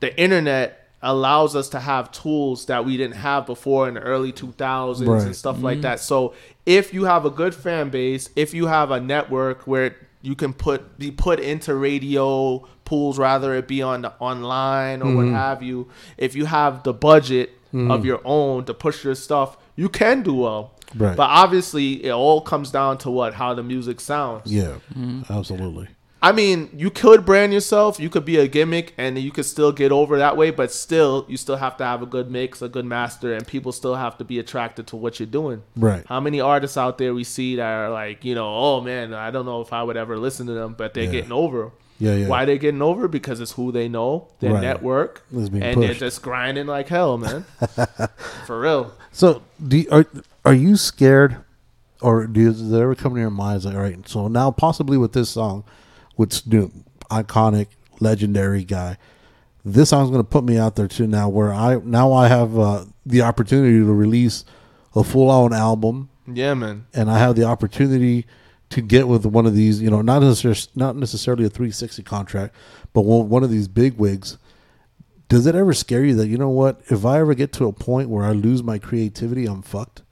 the internet allows us to have tools that we didn't have before in the early 2000s
Right.
and stuff like that. So if you have a good fan base, if you have a network where you can put be put into radio pools rather it be on the online or what
Mm-hmm.
have you, if you have the budget of your own to push your stuff, you can do well.
Right.
But obviously it all comes down to what how the music sounds.
Yeah, absolutely.
I mean, you could brand yourself, you could be a gimmick, and you could still get over that way, but still, you still have to have a good mix, a good master, and people still have to be attracted to what you're doing.
Right.
How many artists out there we see that are like, you know, oh man, I don't know if I would ever listen to them, but they're
Yeah.
getting over.
Yeah, yeah.
Why they getting over? Because it's who they know, their
Right.
network,
It's
and
being
they're
pushed.
just grinding like hell, man. For real.
So, do you- are are you scared, or do you, does it ever come to your mind? It's like, all right, so now possibly with this song, with Snoop, iconic, legendary guy, this song's going to put me out there too. Now, where I now I have uh, the opportunity to release a full on album
Yeah, man.
and I have the opportunity to get with one of these, you know, not necessarily not necessarily a 360 contract, but one, one of these big wigs, does it ever scare you that you know what, if I ever get to a point where I lose my creativity, I'm fucked?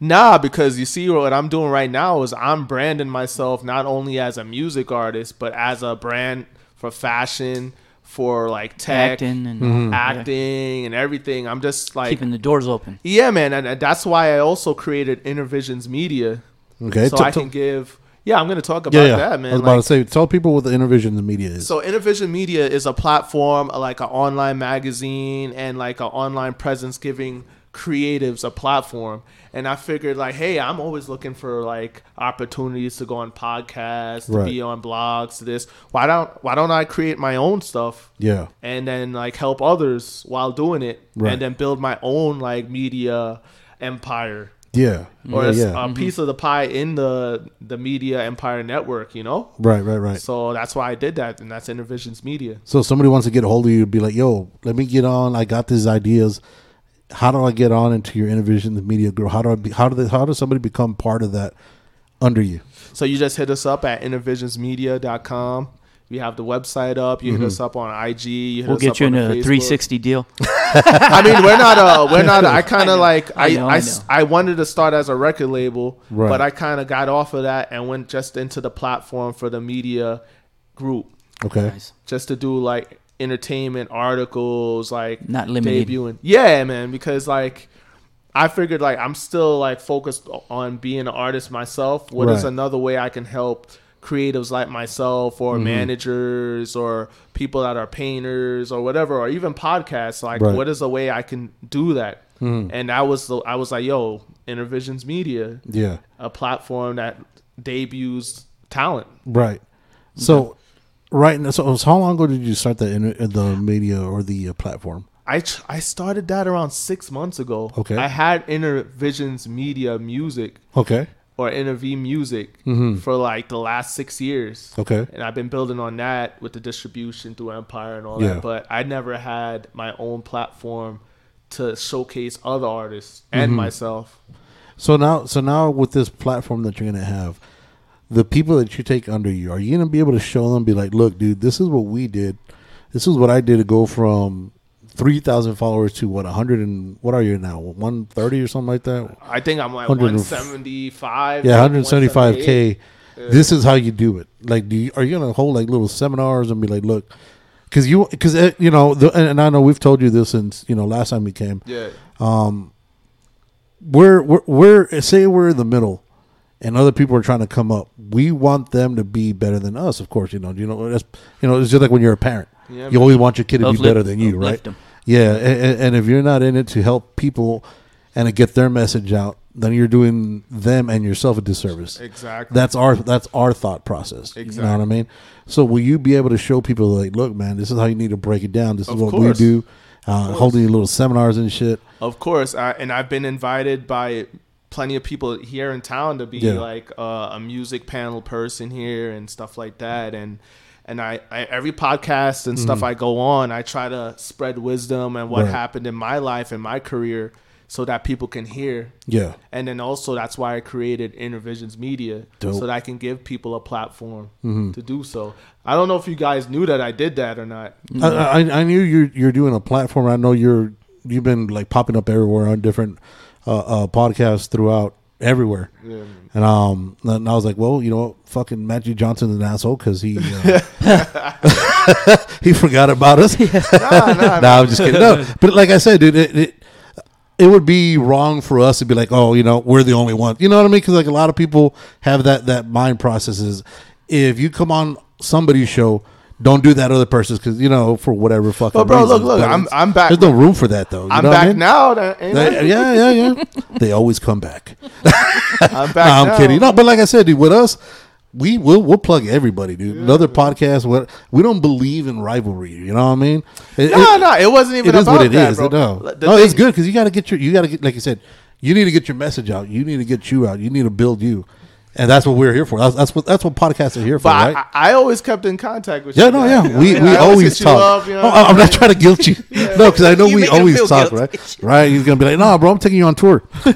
Nah, because you see what I'm doing right now is I'm branding myself not only as a music artist, but as a brand for fashion, for like tech,
Acting and-
Mm-hmm.
acting and everything. I'm just like
keeping the doors open.
Yeah, man, and and that's why I also created Intervisions Media.
Okay,
so
t-
I
t-
can give. Yeah, I'm gonna talk about
yeah, yeah.
that,
I
man.
was about
Like,
to say, tell people what the Intervision the media is.
so Intervision Media is a platform, uh, like an online magazine and like an online presence, giving creatives a platform. And I figured, like, hey, I'm always looking for like opportunities to go on podcasts, to
Right.
be on blogs, to this. Why don't Why don't I create my own stuff?
yeah,
and then like help others while doing it
Right.
and then build my own like media empire
yeah,
or
yeah,
um, as
yeah.
a
Mm-hmm.
piece of the pie in the the media empire network you know
right, right, right. So,
so that's why i did that and that's intervisions media
somebody wants to get a hold of you, be like, yo, let me get on. I got these ideas. How do I get on into your Intervision the media group? How do I? Be, how do they, How does somebody become part of that under you?
so you just hit us up at intervisionsmedia.com we have the website up you hit
Mm-hmm.
us up on ig you hit
We'll
us up
get you
on
in
the
a
Facebook.
360 deal.
I mean, we're not a, we're not. A, I kind of like, I,
I know,
I,
I
s-
know.
I wanted to start as a record label,
Right.
but I kind of got off of that and went just into the platform for the media group,
Okay.
Nice.
just to do like entertainment articles, like
Not limited.
debuting. Yeah, man, because like. I figured like I'm still like focused on being an artist myself. What is
Right.
another way I can help creatives like myself
Mm-hmm.
or managers or people that are painters or whatever or even podcasts like
Right. Mm-hmm.
what is a way I can do that? And I was the, I was like, yo, Intervisions Media,
Yeah.
a platform that debuts talent.
Right. So, right now, so, so how long ago did you start the inter- the media or the uh, platform?
I, tr- I started that around six months ago.
Okay.
I had Intervisions Media Music
Okay.
or NRV music for like the last six years.
Mm-hmm. Okay.
And I've been building on that with the distribution through Empire and all
Yeah.
that. But I never had my own platform to showcase other artists
Mm-hmm.
and myself.
So now, so now with this platform that you're gonna have, the people that you take under you, are you gonna be able to show them? Be like, look, dude, this is what we did. This is what I did to go from three thousand followers to what hundred and what are you now? One thirty or something like that.
I think I'm like
100
175.
Yeah, 175k.
178.
This is how you do it. Like, do you, are you gonna hold like little seminars and be like, look, because you, because you know, the, and, and I know we've told you this since you know last time we came.
Yeah.
We're we're, we're say we're in the middle, and other people are trying to come up. We want them to be better than us, of course. You know, you know, that's you know, it's just like when you're a parent.
Yeah,
you always want your kid to be
Uplift-
better than you,
uplift
right?
them.
Yeah, and, and if you're not in it to help people and to get their message out, then you're doing them and yourself a disservice.
Exactly.
That's our that's our thought process. You know what I mean? So will you be able to show people like, look, man, this is how you need to break it down. This is
Of
what
course.
we do. Uh, holding little seminars and shit.
Of course, I, and I've been invited by plenty of people here in town to be
Yeah.
like uh, a music panel person here and stuff like that. And and I, I every podcast and stuff I go on, I try to spread wisdom and what
Mm. Right.
happened in my life and my career, so that people can hear.
Yeah.
And then also that's why I created Intervisions Media
Dope. Mm-hmm.
so that I can give people a platform to do so. I don't know if you guys knew that I did that or not.
I, I, I knew you're you're doing a platform. I know you're you've been like popping up everywhere on different uh, uh, podcasts throughout everywhere. And um, and I was like, well, you know, what? fucking Magic Johnson's an asshole because he uh, he forgot about us. nah, I'm just kidding. No, but like I said, dude, it. it it would be wrong for us to be like, oh, you know, we're the only one. You know what I mean? Because like a lot of people have that that mind process is if you come on somebody's show, don't do that other person's because you know for whatever fucking.
But bro, look,
reasons.
look,
But
I'm-
it's-
I'm back.
There's no room for that though. You
I'm
know what I
back
mean?
now. that- ain't I?
They- yeah, yeah, yeah. they always come back.
I'm back
Nah, I'm
now.
kidding. No, but like I said, dude, with us, we will we'll plug everybody, dude. Another podcast. What we don't believe in rivalry. You know what I mean? It-
No,
it-
no, it wasn't even
it is
about
what it is.
that, bro.
No,
The
no, it's
thing-
good because you got to get your you got to get like you said, you need to get your message out. You need to get you out. You need to build you, and that's what we're here for. That's, that's what that's what podcasts are here for,
But
right?
I, I always kept in contact with
yeah,
you.
no,
guys,
yeah.
you know?
We,
I
we
hit
always
you
talk.
up, you know?
oh, I'm not trying to guilt you. No, because I know
You
we
make him
always
feel
talk,
guilty.
right? Right? He's gonna be like, "Nah, bro, I'm taking you on tour.
I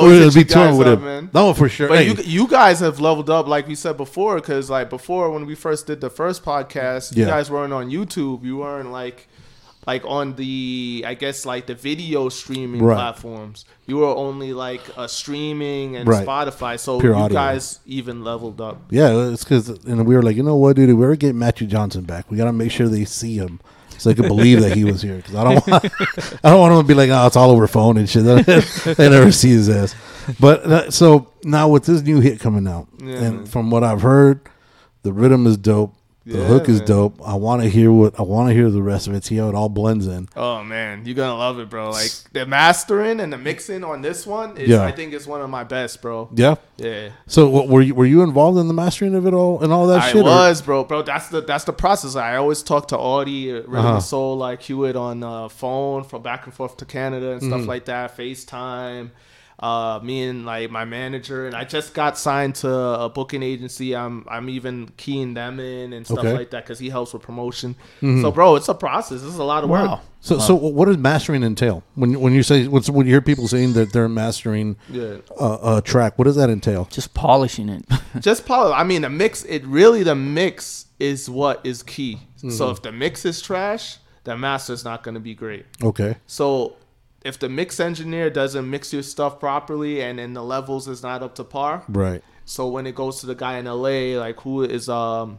We're gonna
always hit Oh,
be
you
touring
guys
with
up,
him."
man.
No, for sure.
But
Hey,
you you guys have leveled up, like we said before, because like before when we first did the first podcast, you
Yeah.
guys weren't on YouTube. You weren't like like on the I guess like the video streaming
Right.
platforms. You were only like uh, streaming and
Right.
Spotify. So
Pure
you
audio.
guys even leveled up.
yeah, it's because, and we were like, you know what, dude? If we ever get Matthew Johnson back, we gotta make sure they see him. So they can believe that he was here because I don't want I don't want him to be like oh it's all over phone and shit they never see his ass but uh, so now with this new hit coming out and from what I've heard the rhythm is dope the
Yeah,
hook is
man.
dope I want to hear what I want to hear the rest of it see how it all blends in
Oh man, you're gonna love it, bro! Like the mastering and the mixing on this one, is,
Yeah.
I think it's one of my best, bro.
yeah
Yeah.
So what, were you were you involved in the mastering of it all and all that
I
shit? or-
was, bro, bro. That's the that's the process. I always talk to Audie, uh, Rhythm
Uh-huh.
and Soul, like Hewitt on uh, phone from back and forth to Canada and
Mm-hmm.
stuff like that. FaceTime. Uh, me and like my manager, and I just got signed to a booking agency. I'm I'm even keying them in and stuff
Okay. Mm-hmm.
like that because he helps with promotion. So, bro, it's a process. It's a lot of work.
Wow.
so so what does mastering entail? When when you say when, when you hear people saying that they're mastering
Yeah.
a, a track, what does that entail?
Just polishing it.
just polish. I mean, the mix. It really the mix is what is key.
Mm-hmm.
So if the mix is trash, the master's not going to be great.
Okay,
So if the mix engineer doesn't mix your stuff properly and then the levels is not up to par,
right.
so when it goes to the guy in LA, like who is um,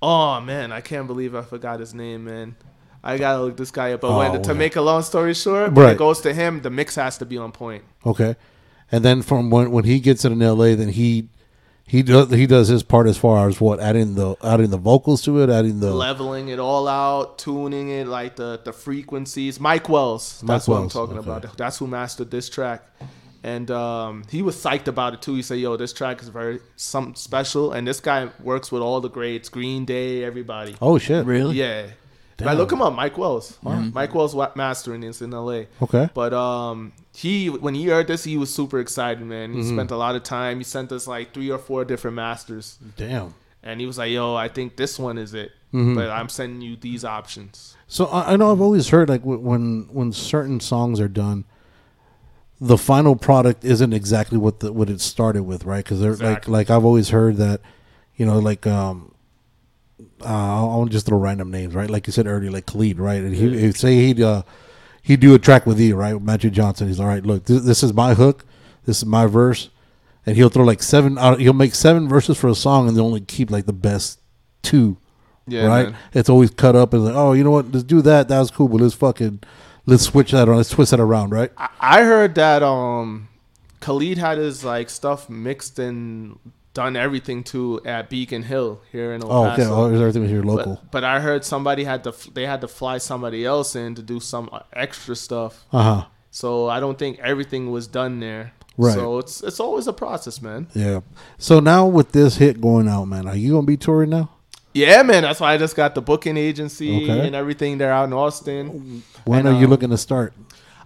oh man, I can't believe I forgot his name, man. I gotta look this guy up. But
Oh,
when, to
yeah.
make a long story short, when
Right.
it goes to him, the mix has to be on point.
Okay, and then from when when he gets it in L.A., then he he does he does his part as far as what adding the adding the vocals to it, adding the
leveling it all out, tuning it like the the frequencies. Mike Wells, that's
Mike
what
Wells,
I'm talking
okay.
about. That's who mastered this track, and um, he was psyched about it too. He said, "Yo, this track is very something special." And this guy works with all the greats, Green Day, everybody.
oh shit.
really?
Yeah. Like, look him up, Mike Wells. Mike Wells wa- mastering this in L.A.
Okay.
but um, he when he heard this, he was super excited, man. He
Mm-hmm.
spent a lot of time. He sent us like three or four different masters.
Damn.
And he was like, "Yo, I think this one is it, but I'm sending you these options."
So I, I know I've always heard like wh- when when certain songs are done, the final product isn't exactly what the, what it started with, right? Because they're
Exactly.
like like I've always heard that, you know, like um, uh, I'll I'll just throw random names, right? Like you said earlier, like Khalid, right? And he he'd say he'd uh, he'd do a track with you, right? With Matthew Johnson, he's all right. Look, this, this is my hook, this is my verse, and he'll throw like seven. out he'll make seven verses for a song, and they only keep like the best two
Yeah,
right?
man.
It's always cut up and like, oh, you know what? Let's do that. That was cool, but let's fucking let's switch that on. Let's twist that around, right?
I, I heard that um, Khalid had his like stuff mixed and done everything to at Beacon Hill here in El
Oh, okay.
Paso.
Oh, everything was here
but,
local.
but I heard somebody had to f- they had to fly somebody else in to do some uh, extra stuff.
Uh huh.
So I don't think everything was done there.
Right.
So it's it's always a process, man.
Yeah. So now with this hit going out, man, are you gonna be touring now?
Yeah, man. That's why I just got the booking agency
Okay. Oh,
and everything there out in Austin.
When
And,
are you
um,
looking to start?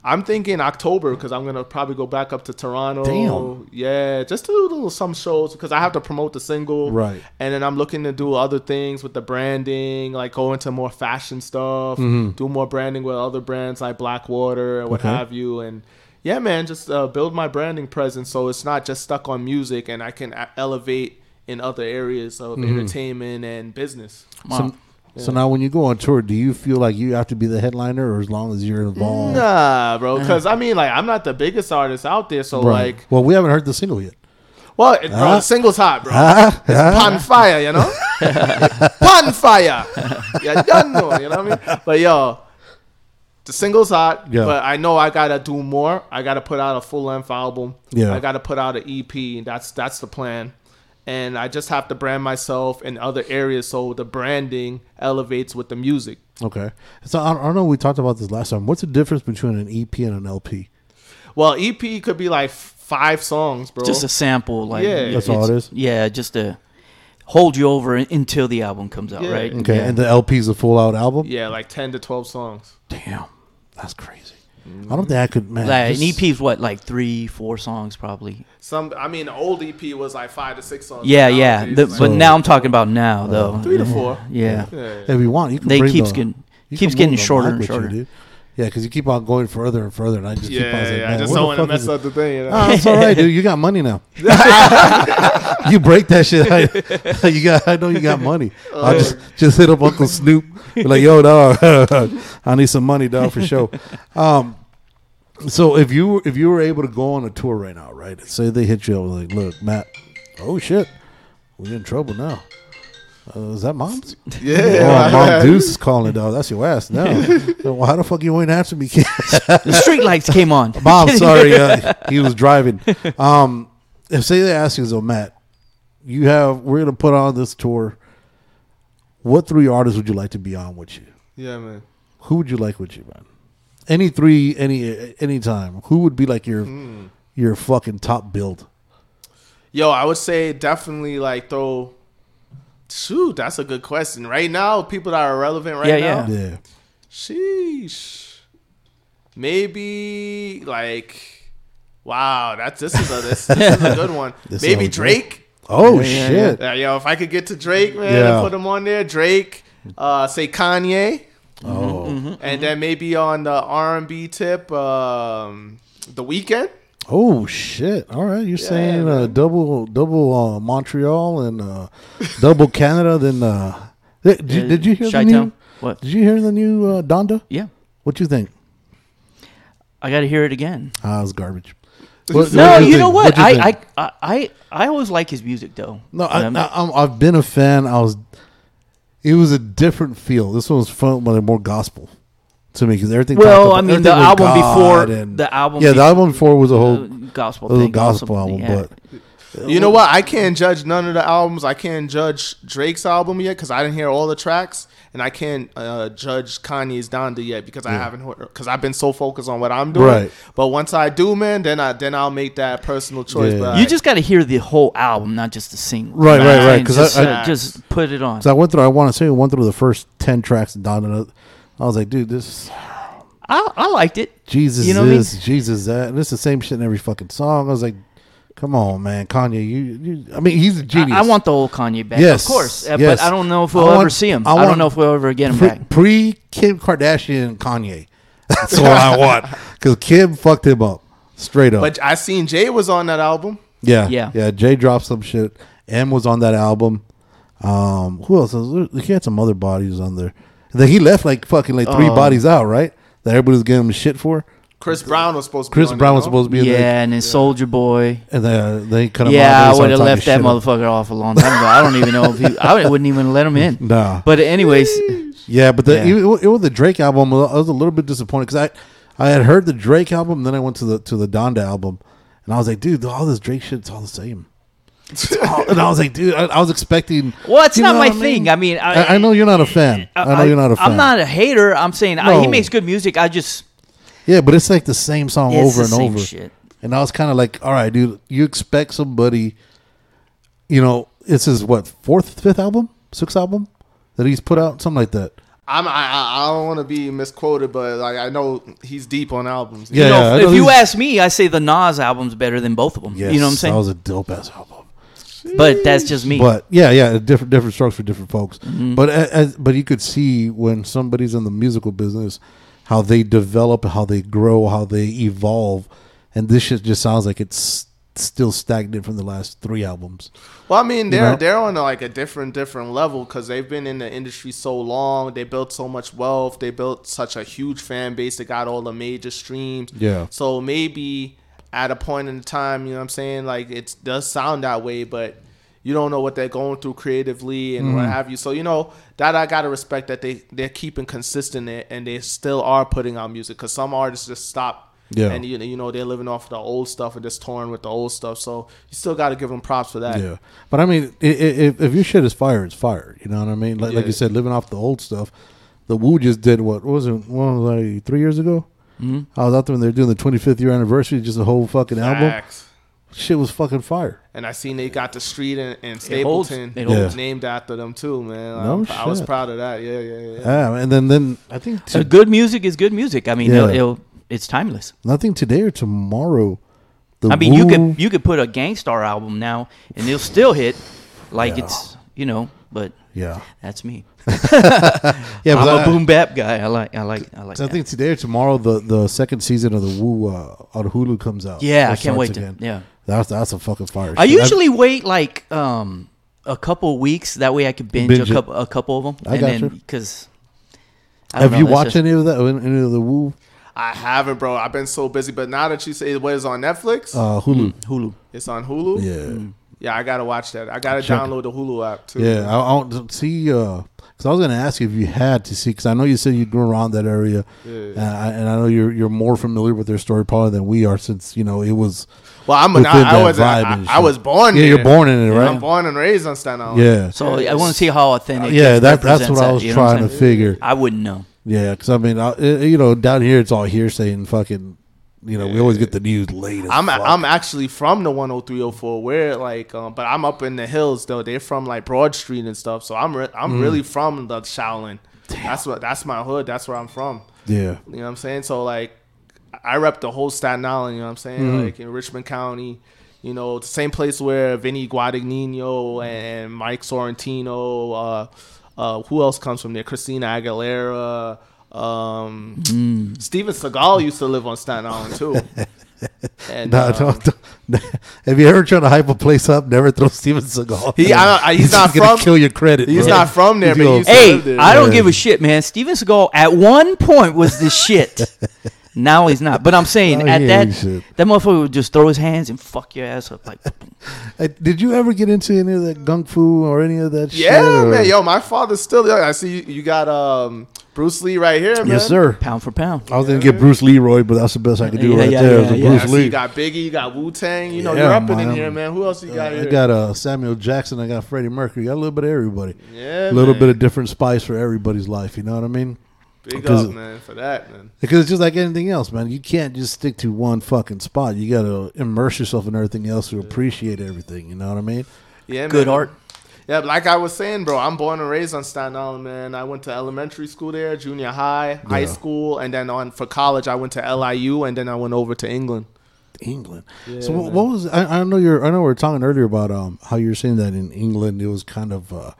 I'm thinking October because I'm gonna probably go back up to Toronto.
Damn.
Yeah, just to do little some shows because I have to promote the single.
Right.
And then I'm looking to do other things with the branding, like go into more fashion stuff, do more branding with other brands like Blackwater and what
Mm-hmm. Okay.
have you. And yeah, man, just uh, build my branding presence so it's not just stuck on music and I can a- elevate in other areas of
Mm-hmm.
entertainment and business.
Wow.
So now when you go on tour, do you feel like you have to be the headliner, or as long as you're involved?
Nah, bro, because I mean, like, I'm not the biggest artist out there, so
Right.
like.
well, we haven't heard the single yet.
Well, it, bro,
Huh?
the singles hot, bro.
Ah,
It's pan fire, you know? pan fire. Yeah, you know, you know what I mean? But yo, the single's hot,
Yeah.
but I know I gotta do more. I gotta put out a full length album.
Yeah.
I gotta put out an EP. That's that's the plan. And I just have to brand myself in other areas so the branding elevates with the music.
okay. So I, I don't know. We talked about this last time. What's the difference between an EP and an LP?
Well, EP could be like five songs, bro.
Just a sample, like
Yeah. That's
all it
it's-
is?
Yeah, just to hold you over until the album comes out,
Yeah.
right?
Okay, and the LP is a full out album.
yeah, like ten to twelve songs.
Damn, that's crazy. I don't think I could. Man,
Like
this-
an
E
EP is what, like three, four songs probably.
Some, I mean, the old EP was like five to six songs.
Yeah,
Now
yeah.
it's
The-
like
but now I'm talking about now though.
three to four.
Yeah.
Yeah.
If you want, you can
They
bring
keeps
the-
getting-
you
keeps
can
getting
bring the
shorter
mic
and
with you,
shorter.
dude. yeah, because you keep on going further and further, and I just keep on
Yeah,
saying,
yeah, I
"Man,
just
what
don't
the
want to
fuck
mess
is
up the thing. You know?
Oh, it's all right, dude. You got money now. you break that shit. I, you got. I know you got money. I
Uh,
just just hit up Uncle Snoop. Be like, yo, dog, I need some money, dog, for sure. Um, so if you if you were able to go on a tour right now, right? Say they hit you up like, look, Matt. Oh shit, we're in trouble now. Uh, is that mom's?
yeah,
Oh, mom Deuce is calling, dog. That's your ass now. well, how the fuck you ain't answer me, kid?
The street lights came on.
Bob, sorry, uh, he was driving. Um, if say they ask you, so Matt, you have we're gonna put on this tour. What three artists would you like to be on with you?
yeah, man.
Who would you like with you, man? Any three, any any time. Who would be like your your fucking top build?
Yo, I would say definitely like throw. Shoot, that's a good question. Right now, people that are relevant right
Yeah,
now.
yeah.
Yeah,
Sheesh. Maybe like, wow, that's this is a this, this is a good one.
This is
Maybe
a good one.
Drake.
Oh
yeah,
shit!
Uh, yo, if I could get to Drake, man,
Yeah.
and put him on there. Drake, uh, say Kanye, Mm-hmm.
Oh,
and then maybe on the R and B tip, um, the weekend.
oh shit! All right, you're saying uh, double double uh, Montreal and uh, double Canada. Then uh, did, did you- did you hear the
Chi-Town?
new?
What?
Did you hear the new uh, Donda?
Yeah.
What you think?
I got to hear it again.
Ah, it's garbage.
No, you know what?
What'd you
I,
think?
I I I I always like his music though. Um,
no,
And
I,
I'm-
no, I'm, I've been a fan. I was, it was a different feel. This one was fun, but more gospel to me because everything.
Well,
talked
I
about-
mean, the
everything was
album
God
before-
and-
the album
Yeah, the
be-
album before was a whole
uh, gospel
it was a
thing,
gospel
gospel-
album,
yeah.
but
You know what? I can't judge none of the albums. I can't judge Drake's album yet because I didn't hear all the tracks, and I can't uh, judge Kanye's Donda yet because I haven't heard. Because I've been so focused on what I'm doing.
Right.
But once I do, man, then I then I'll make that personal choice.
Yeah.
But
you
I-
just got to hear the whole album, not just the single.
Right, right, right,
And
'cause
just,
I-
I-
uh, just put it on.
so I went through. I want to say I went through the first ten tracks of Donna. I was like, dude, this
I, I liked it.
Jesus
you know
this,
what
Jesus that. And it's the same shit in every fucking song. I was like, come on, man, Kanye, you, you I mean, he's a
I mean?
genius.
I, I want the old Kanye back,
Yes,
of course. uh,
yes.
But I don't know if
I
we'll ever
want-
see him.
I
I,
want-
don't know if we'll ever get him back.
pre Kim Kardashian Kanye. That's what I want because Kim fucked him up straight up.
But I seen Jay was on that album.
yeah,
Yeah.
yeah. Jay dropped some shit. M was on that album. Um, who else? was- He had some other bodies on there. Then he left like fucking like
Oh.
three bodies out, right? That everybody was giving him shit for.
Chris Brown was supposed to.
Chris
be on
Brown
there,
was
no?
supposed to be in
yeah,
there,
and then Soldier Boy.
and then they cut him
Yeah,
off.
I would have left that motherfucker off a long time ago. I don't even know if he. I wouldn't even let him in.
Nah.
But anyways,
Yeah, but the
Yeah.
It, wa- it was the Drake album. I was a little bit disappointed because I, I had heard the Drake album, then I went to the to the Donda album, and I was like, dude, all this Drake shit's all the same. It's all- and I was like, dude, I, I was expecting.
well, it's
You
not
know
my
what I mean?
thing. I mean, I,
I, I know you're not a fan. I, know you're not a fan.
I'm not a hater. I'm saying I, he
No.
makes good music. I just
Yeah, but it's like the same song
It's
over and
the same
over.
shit.
And I was kind of like, all right, dude, you expect somebody, you know, it's his what fourth, fifth album, sixth album that he's put out, something like that.
I'm, I I I don't want to be misquoted, but like I know he's deep on albums.
Yeah,
you know,
yeah, I
if
know
you
he's-
ask me, I say the Nas album's better than both of them.
Yes,
you know what I'm
That
saying?
was a dope ass album.
But that's just me. Mm-hmm.
But yeah, yeah, different different strokes for different folks. But a as, but you could see when somebody's in the musical business, how they develop, how they grow, how they evolve, and this shit just sounds like it's still stagnant from the last three albums.
Well, I mean, they're
know?
they're on like a different different level because they've been in the industry so long. They built so much wealth. They built such a huge fan base. They got all the major streams.
Yeah.
So maybe at a point in time, you know what I'm saying? Like it does sound that way, but you don't know what they're going through creatively and
Mm-hmm.
what have you. So you know that I gotta respect that they they're keeping consistent and- and they still are putting out music because some artists just stop.
Yeah.
And you know, you know they're living off the old stuff and just touring with the old stuff. So you still got to give them props for that.
Yeah, but I mean, i- i- if if your shit is fire, it's fire. You know what I mean? Like like
Yeah.
you said, living off the old stuff. The Woo just did what, what was it? What was it, like three years ago?
Mm-hmm.
I was out there when they were doing the 25th year anniversary, just a whole fucking album.
Facts.
Shit was fucking fire.
And I seen they got the street in, in
holds-
Stapleton
it
holds. Yeah.
named after them too, man.
No
I'm- I was
shit.
proud of that. Yeah, yeah, yeah.
Yeah, and then then I think
Uh, good music is good music. I mean,
Yeah.
it'll, it'll it's timeless.
Nothing today or tomorrow. The
I mean, you
Wu-
could you could put a Gangstar album now, and it'll still hit, like it's you know. But
yeah,
that's me.
yeah.
I'm
but
a
I-
boom bap guy. I like I like I like.
So I
that.
think today or tomorrow the, the second season of the Woo uh, on Hulu comes out.
Yeah,
It
I can't
starts
wait to- yeah.
that's that's a fucking fire.
I
shit.
usually wait like um a couple weeks. That way I could binge,
Binge
a
it.
couple a couple of them.
I got you.
Because
have you watched any of that any of the Woo
I haven't, bro. I've been so busy, but now that you say what is on Netflix,
uh, Hulu?
Hulu?
it's on Hulu.
Yeah,
Yeah, I gotta watch that. I gotta
Check it.
download the Hulu app too.
yeah. I, I don't see because I was gonna ask you if you had to see because I know you said you grew around that area, and, I, and I know you're you're more familiar with their story probably than we are since you know it was.
Well, I'm not,
within
I
that
was I,
vibe and
I
shit.
was born.
Yeah,
there.
you're born in it,
Yeah,
right?
I'm born and raised on Staten Island.
Yeah,
So I want to see how authentic.
yeah.
it
That that's
represents
what I
that,
was
you know what I'm
trying to
saying?
figure.
I wouldn't know.
Yeah, because I mean, I, i you know, down here it's all hearsay and fucking. You know, we always get the news late. as
I'm
fuck.
I'm actually from the 10304 where like um but I'm up in the hills though. They're from like Broad Street and stuff. So I'm re- I'm really from the Shaolin. That's what that's my hood. That's where I'm from.
yeah.
You know what I'm saying? So like I rep the whole Staten Island, you know what I'm saying?
Mm-hmm.
Like in Richmond County, you know, the same place where Vinny Guadagnino and Mike Sorrentino, uh, uh, who else comes from there? Christina Aguilera, um,
Mm.
Steven Seagal used to live on Staten Island too. And,
No,
um,
don't, don't- Have you ever tried to hype a place up? Never throw Steven Seagal.
He- I- I- he's not
just gonna
from-
kill your credit.
he's
bro.
not from there,
He's
but
gonna-
he's-
Hey,
live there.
I don't
Yeah.
give a shit, man. Steven Seagal at one point was the shit. now he's not. But I'm saying
Now
at
he
that
ain't shit.
that motherfucker would just throw his hands and fuck your ass up like
Hey, did you ever get into any of that gung fu or any of that? shit?
yeah,
or-
man, yo, my father's still young. I see you, you got um, Bruce Lee right here, man.
Yes, sir.
pound for pound.
I was gonna get Bruce Leroy, but that's the best I could do
Yeah,
right
yeah,
there.
yeah,
was a
yeah.
Yeah, I
Bruce
see
Lee.
you got Biggie, you got Wu Tang. You know,
Yeah,
you're up in
man.
here, man. Who else you got
I
here?
got uh, Samuel Jackson. I got Freddie Mercury. Got a little bit of everybody.
Yeah,
a little
man.
bit of different spice for everybody's life. You know what I mean?
Big
Because-
up, man, for that, man.
Because it's just like anything else, man. You can't just stick to one fucking spot. You got to immerse yourself in everything else to appreciate everything. You know what I mean?
Yeah,
Good
man.
art.
Yeah, like I was saying, bro, I'm born and raised on Staten Island, man. I went to elementary school there, junior high, high
Yeah.
school, and then on for college, I went to LIU, and then I went over to England.
England. so what, what was? I, I know you're. I know we were talking earlier about um how you were saying that in England it was kind of uh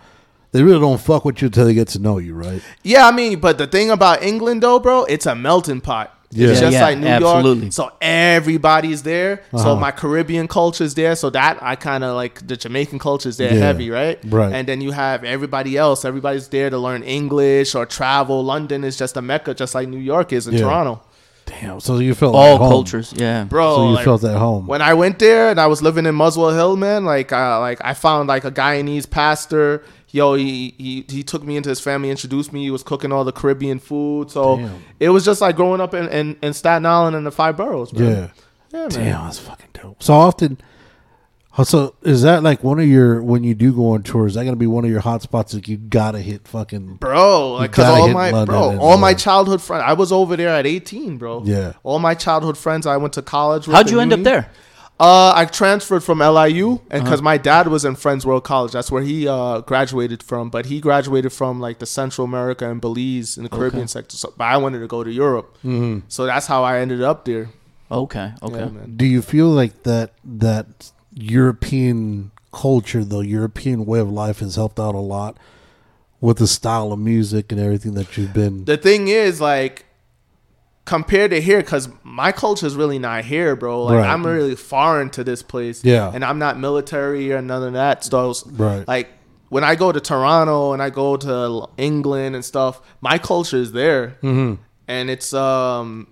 they really don't fuck with you until they get to know you, right?
Yeah, I mean, but the thing about England, though, bro, it's a melting pot.
Yeah.
It's just
Yeah,
like New
absolutely.
York. So everybody's there. So
Uh-huh.
my Caribbean culture's there. So that I kind of like the Jamaican culture's there
Yeah,
heavy, right?
right.
And then you have everybody else. Everybody's there to learn English or travel. London is just a mecca, just like New York is in
Yeah.
Toronto.
Damn. So you felt
All
at home.
cultures, yeah.
Bro,
So you
Oh, like,
felt at home.
when I went there and I was living in Muswell Hill, man, like uh, like I found like a Guyanese pastor. Yo, he, he he took me into his family, introduced me. He was cooking all the Caribbean food, so
Damn.
it was just like growing up in, in, in Staten Island and the five boroughs. Man.
yeah.
yeah, man.
Damn, that's fucking dope. So often. uh, So is that like one of your when you do go on tour? Is that gonna be one of your hot spots that you gotta hit? Fucking
bro. Like, cause
gotta
all
hit
my
London
bro,
and
all my
London.
childhood friends. I was over there at eighteen, bro.
Yeah.
all my childhood friends I went to college. with
How'd
and
you end up
uni.
there?
Uh, I transferred from LIU, and because my dad was in Friends World College, that's where he uh, graduated from. But he graduated from like the Central America and Belize in the Caribbean sector. So, but I wanted to go to Europe, so that's how I ended up there.
Okay, okay.
Yeah, man.
Do you feel like that that European culture, the European way of life, has helped out a lot with the style of music and everything that you've been?
The thing is, like, compared to here, because my culture is really not here, bro. Like,
Right.
I'm really foreign to this place.
Yeah.
And I'm not military or none of that. So, it's-
Right.
like, when I go to Toronto and I go to L- England and stuff, my culture is there. Mm-hmm. And it's, um,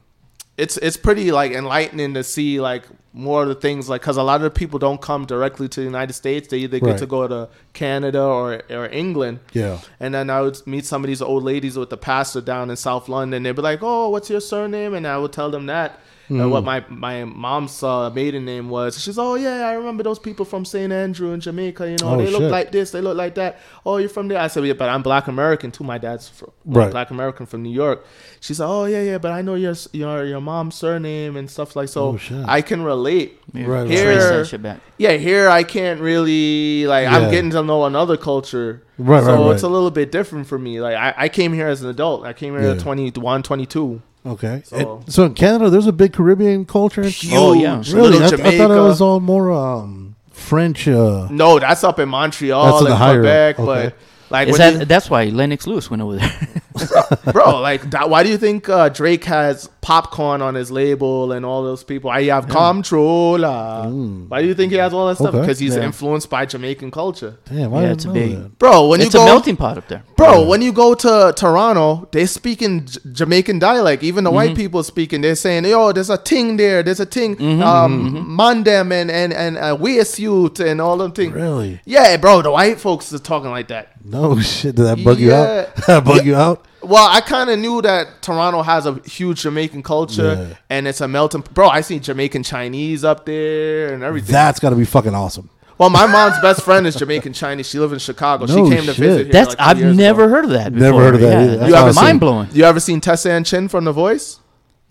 it's it's pretty like enlightening to see like more of the things like because a lot of the people don't come directly to the United States they either
Right.
get to go to Canada or or England
Yeah.
and then I would meet some of these old ladies with the pastor down in South London. They'd be like, "Oh, what's your surname?" And I would tell them that and
Mm.
what my my mom's uh, maiden name was. She's, "Oh yeah, I remember those people from St. Andrew in Jamaica. You know,
Oh,
they look
shit.
like this, they look like that. Oh, you're from there." I said, "Yeah, but I'm Black American too. My dad's from,
Right.
Black American from New York." She said, "Oh yeah, yeah, but I know your s- your your mom's surname and stuff like so.
Oh, shit.
I can relate."
Yeah,
Right, right.
Trace
Here-
that shit back.
yeah, here I can't really like
Yeah.
I'm getting to know another culture.
Right,
So
right,
it's a
right.
little bit different for me. Like I, I came here as an adult. I came here
Yeah.
at 21, 22.
Okay. And- So,
So-
in Canada, there's a big Caribbean culture. in-
Oh, yeah.
Huge.
really?
Little
I, th- I thought it
Jamaica.
was all more um, French. Uh,
No, that's up in Montreal
That's in
and
the higher
Quebec,
up, okay.
but like
Is
when
that that's why Lennox Lewis went over there?
you- bro, like that, why do you think uh, Drake has popcorn on his label and all those people? I have controller. Why do you think he has all that stuff?
Mm. Okay.
Because he's
Yeah.
influenced by Jamaican culture.
damn, I
yeah,
didn't
it's a
know
big.
that.
Bro, when
it's
you
a
go
melting pot up there.
Bro, when you go to Toronto, they speak in J- Jamaican dialect. Even the white people speaking, they're saying, "Yo, there's a ting there. There's a ting, um, mandem and and and uh, we suit and all them things."
Really?
Yeah, bro. The white folks is talking like that.
No shit. Did that bug you out?
Yeah.
that bug you out?
Well, I kind of knew that Toronto has a huge Jamaican culture
Yeah.
and it's a melting. Bro, I see Jamaican Chinese up there and everything.
That's got to be fucking awesome.
well, my mom's best friend is Jamaican Chinese. She lives in Chicago.
No
she came to
shit.
visit here.
That's
like, two
I've
years ago.
never heard of that. Before.
Never heard of that either. That's
you have
awesome.
mind blowing.
You ever seen Tessa and Chin from The Voice?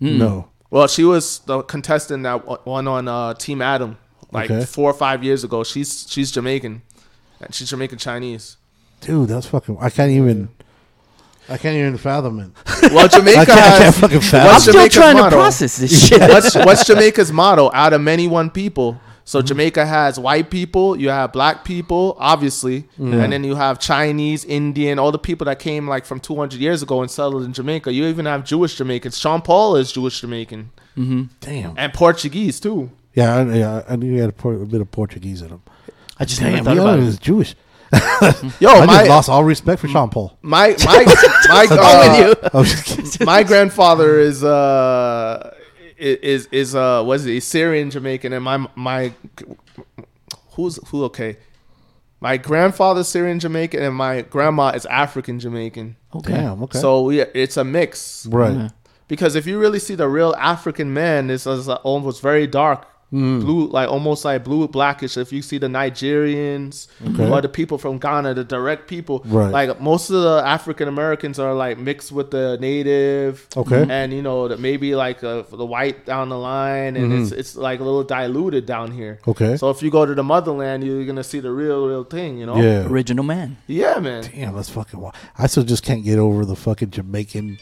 Mm.
No.
Well, she was the contestant that wa- won on uh, Team Adam like
Okay.
four or five years ago. She's she's Jamaican, and she's Jamaican Chinese.
Dude, that's fucking. I can't even. I can't even fathom it.
Well, Jamaica
I can't, I can't
has
fucking
I'm
fathom.
What's
it.
still
Jamaica's
trying to
motto?
process this shit.
what's, what's Jamaica's motto? Out of many one people. So
Mm-hmm.
Jamaica has white people, you have black people, obviously,
Mm-hmm.
and then you have Chinese, Indian, all the people that came like from 200 years ago and settled in Jamaica. You even have Jewish Jamaicans. Sean Paul is Jewish Jamaican
Damn.
and Portuguese too.
Yeah, I, yeah, I knew you had a, por- a bit of Portuguese in him.
I just
Damn,
never thought
the
about
other
it.
is Jewish.
Yo,
I
Oh, my,
just lost all respect for Sean Paul.
my my my uh,
I was just kidding.
my grandfather is uh is is uh what is it He's Syrian Jamaican and my my who's who okay my grandfather's Syrian Jamaican and my grandma is African Jamaican
Okay.
Damn. Okay.
so we it's a mix
right.
because if you really see the real African man this is uh, almost very dark
Mm.
blue like almost like blue blackish if you see the Nigerians
Okay.
or the people from Ghana the direct people
Right.
like most of the African Americans are like mixed with the native
Okay.
and you know the, maybe like uh, the white down the line and it's it's like a little diluted down here
Mm-hmm. Okay.
so if you go to the motherland you're gonna see the real real thing you know
Yeah.
Original man.
yeah man
Damn, that's fucking wild. I still just can't get over the fucking Jamaican,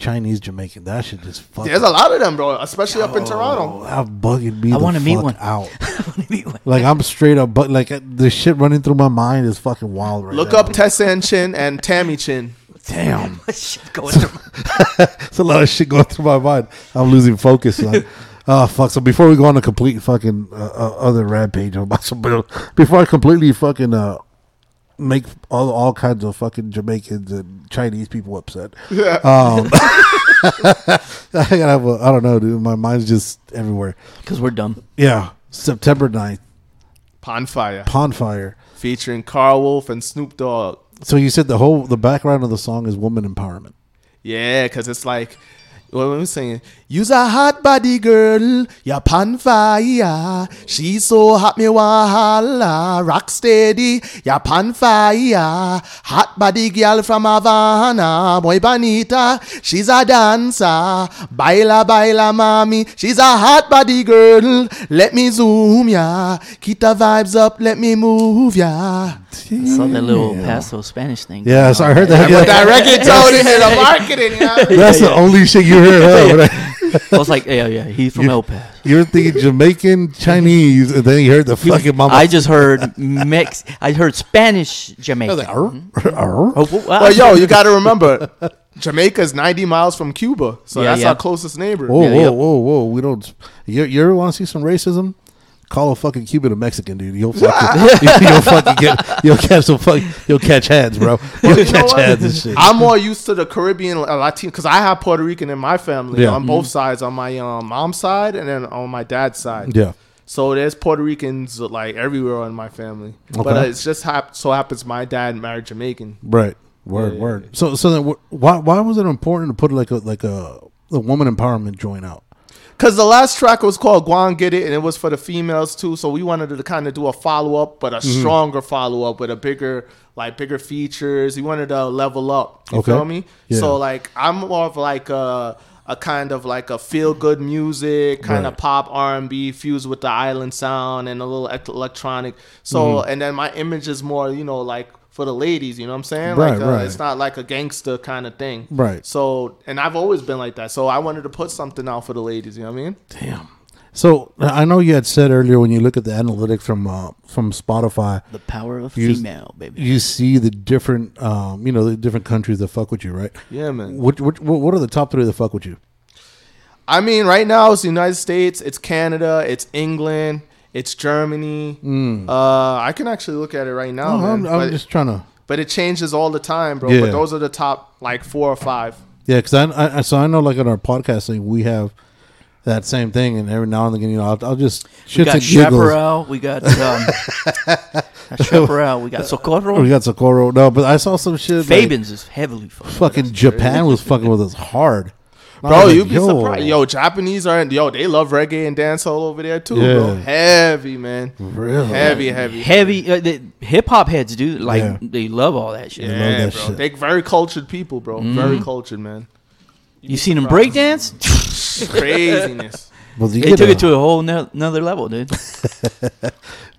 Chinese Jamaican. That shit just fucking.
there's a lot of them bro especially
Oh.
up in Toronto
I'm bugging me.
I
the
wanna meet
fuck
one.
out. Like I'm straight up, but like uh, the shit running through my mind is fucking wild right
look
now.
up Tessa and Chin and Tammy Chin
Damn,
Shit going through.
it's a lot of shit going through my mind. I'm losing focus. Son. Oh fuck! So before we go on a complete fucking uh, uh, other rampage about some bill, before I completely fucking uh make all, all kinds of fucking Jamaicans and Chinese people upset, um, I gotta have a, I don't know, dude. My mind's just everywhere.
Because we're dumb.
Yeah, September 9th,
Ponfire
Pondfire.
featuring Carl Wolf and Snoop Dogg
So you said the whole the background of the song is woman empowerment.
yeah because it's like what am I saying? You's a hot body girl, ya pan fire. She's so hot me wa holla. Rock steady, ya pan fire. Hot body girl from Havana, muy bonita. She's a dancer, baila baila mommy. She's a hot body girl. Let me zoom ya, keep the vibes up. Let me move ya.
Saw that little Paso Spanish thing.
Yeah, so I heard that. Yeah,
That record told it in the marketing. Yeah.
that's the only shit you heard. Huh? Right?
I was like, yeah, yeah, he's from El Paso.
You're thinking Jamaican, Chinese, and then you heard the fucking mama.
I just heard Mex. I heard Spanish Jamaican.
Arr.
Oh, wh-
Well, yo, you got to remember, Jamaica's 90 miles from Cuba, so
Yeah,
that's
yeah.
our closest neighbor.
Whoa,
Yeah,
whoa,
yep.
whoa, whoa! We don't. You, you ever want to see some racism? Call a fucking Cuban a Mexican, dude. You'll fucking, you'll fucking get, you'll catch some fuck, you'll catch hands, bro. You'll
You know
catch
what?
hands and shit.
I'm more used to the Caribbean, uh, Latino, because I have Puerto Rican in my family
Yeah.
on both sides, on my um, mom's side and then on my dad's side.
yeah,
So there's Puerto Ricans like everywhere in my family, but uh,
Okay.
it's just hap- so happens my dad married Jamaican.
right. Word, word. So, so then, wh- why, why was it important to put like a, like a, a woman empowerment joint out?
Cause the last track was called "Guan Get It" and it was for the females too. So we wanted to kind of do a follow up, but a
Mm-hmm.
stronger follow up with a bigger, like bigger features. We wanted to level up. You
Okay.
feel me?
Yeah.
So like I'm more of like a, a kind of like a feel good music, kind of
Right.
pop R and B fused with the island sound and a little ec- electronic. So
Mm-hmm.
and then my image is more you know like for the ladies, you know what I'm saying?
Right,
like uh,
right.
It's not like a gangster kind of thing.
Right.
So and I've always been like that. So I wanted to put something out for the ladies. You know what I mean?
Damn. So I know you had said earlier when you look at the analytics from uh, from Spotify,
The power of
You-
female, baby.
you see the different um, you know the different countries that fuck with you, right?
Yeah, man.
What what what are the top three that fuck with you?
I mean, right now it's the United States, it's Canada, it's England, it's Germany. Uh, I can actually look at it right now,
Oh,
man.
I'm, Mm. I'm
but,
just trying to
but it changes all the time, bro.
Yeah.
But those are the top like four or five.
yeah, because I, I I- so I know like on our podcast thing we have that same thing, and every now and again you know I'll, I'll just
We
shit
got
and giggles.
Chaparral. We got um, Chaparral. We got Socorro.
We got Socorro. No, but I saw some shit. like,
Fabins is heavily fucked.
fucking Japan was fucking with us hard. I
Bro,
was
you'd
like,
be surprised. Yo, Japanese are yo, they love reggae and dancehall over there too, bro.
Yeah.
Heavy, man.
Really?
Heavy, heavy.
Heavy uh, the hip hop heads, dude. Like
Yeah.
they love all that shit.
love
Yeah,
that
bro.
shit. Mm-hmm.
They very cultured people, bro. Very cultured, man.
You seen them breakdance?
Craziness.
Well, you
They
get
took
a-
it to a whole no- another level, dude.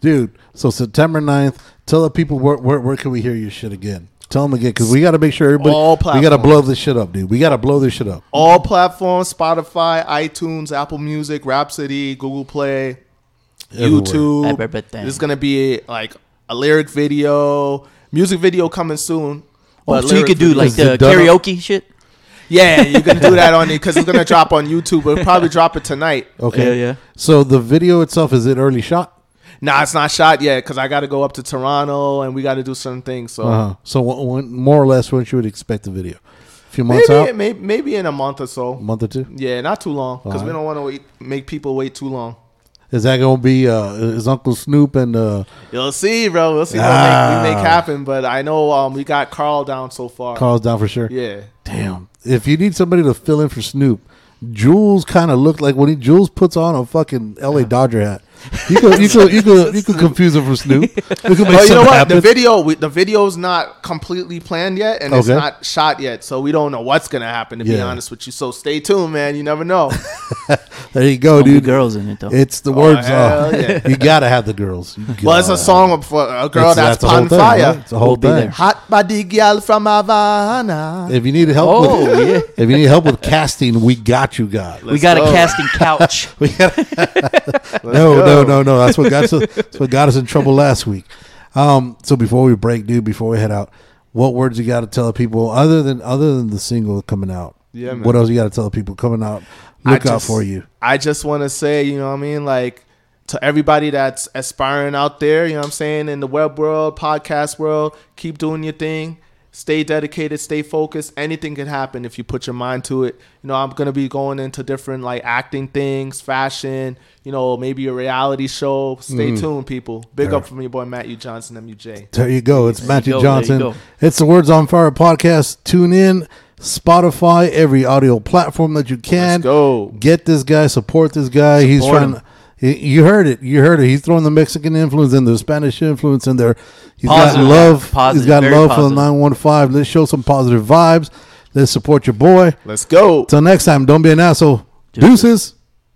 dude. So September 9th, tell the people where where, where can we hear your shit again? Tell them again because we got to make sure everybody.
All
we got to
platforms.
blow this shit up, dude. We got to blow this shit up.
all platforms Spotify, iTunes, Apple Music, Rhapsody, Google Play,
Everywhere.
YouTube.
Everything.
There's going to be like a lyric video, music video coming soon.
Oh,
but
so you
lyric
could do
video-
like
Is it
the
done up?
karaoke shit.
Yeah, you can do that on it because it's going to drop on YouTube. We'll probably drop it tonight.
Okay.
Yeah, yeah.
So the video itself is it early shot?
Nah, it's not shot yet because I got to go up to Toronto and we got to do certain things. So
Uh-huh.
Uh huh. So when, when, more or less, when you would expect the video? A few months
maybe,
out,
may maybe in a month or so.
month or two.
Yeah, not too long because we
Alright.
don't want to make people wait too long.
Is that gonna be? Uh, is Uncle Snoop and uh,
You'll see, bro. We'll see what
Ah.
make, we make happen. But I know um, we got Carl down so far.
Carl's down for sure?
Yeah.
Damn. If you need somebody to fill in for Snoop, Jules kind of looked like when he Jules puts on a fucking L.A. Dodger hat. You could you could you could, you could confuse him for Snoop. Oh, You could make
But you know
something
what? The
happen.
video, we, the video's not completely planned yet, and it's
Okay.
not shot yet, so we don't know what's gonna happen. To be
Yeah.
honest with you, so stay tuned, man. You never know.
there you go,
Only
dude.
girls in it though.
It's the words.
hell
uh,
yeah.
you gotta have the girls. You
well, it's a
gotta
song for a girl
It's-
that's,
the
on
whole thing,
fire.
right? It's the whole
We'll be
thing.
there.
Hot body girl from Havana.
If you need help,
Oh,
with,
yeah.
if you need help with casting, we got you, God.
we got
go.
a casting couch.
We got- no, no, no, no. That's what got us. That's what got us in trouble last week. Um, so before we break, dude, before we head out, what words you got to tell the people other than other than the single coming out?
Yeah, man.
What else you got to tell the people coming out?
I
Look out
just-
for you.
I just want to say, you know what I mean? Like, to everybody that's aspiring out there, you know what I'm saying? In the web world, podcast world, keep doing your thing. Stay dedicated, stay focused. Anything can happen if you put your mind to it. You know, I'm going to be going into different like acting things, fashion, you know, maybe a reality show. Stay
Mm.
tuned, people. Big up from your boy, Matt U. Johnson, MUJ.
There you go. It's Matthew
go, there you
Johnson.
go.
It's the Words on Fire podcast. Tune in, Spotify, every audio platform that you can.
Let's go.
Get this guy. Support this guy. He's
Support
trying. y- You heard it. You heard it. He's throwing the Mexican influence in there, Spanish influence in there. He's
Positive,
got love.
positive,
He's got
very
love for the
positive.
915. Let's show some positive vibes. Let's support your boy.
Let's go.
Till next time, don't be an asshole. Deuces.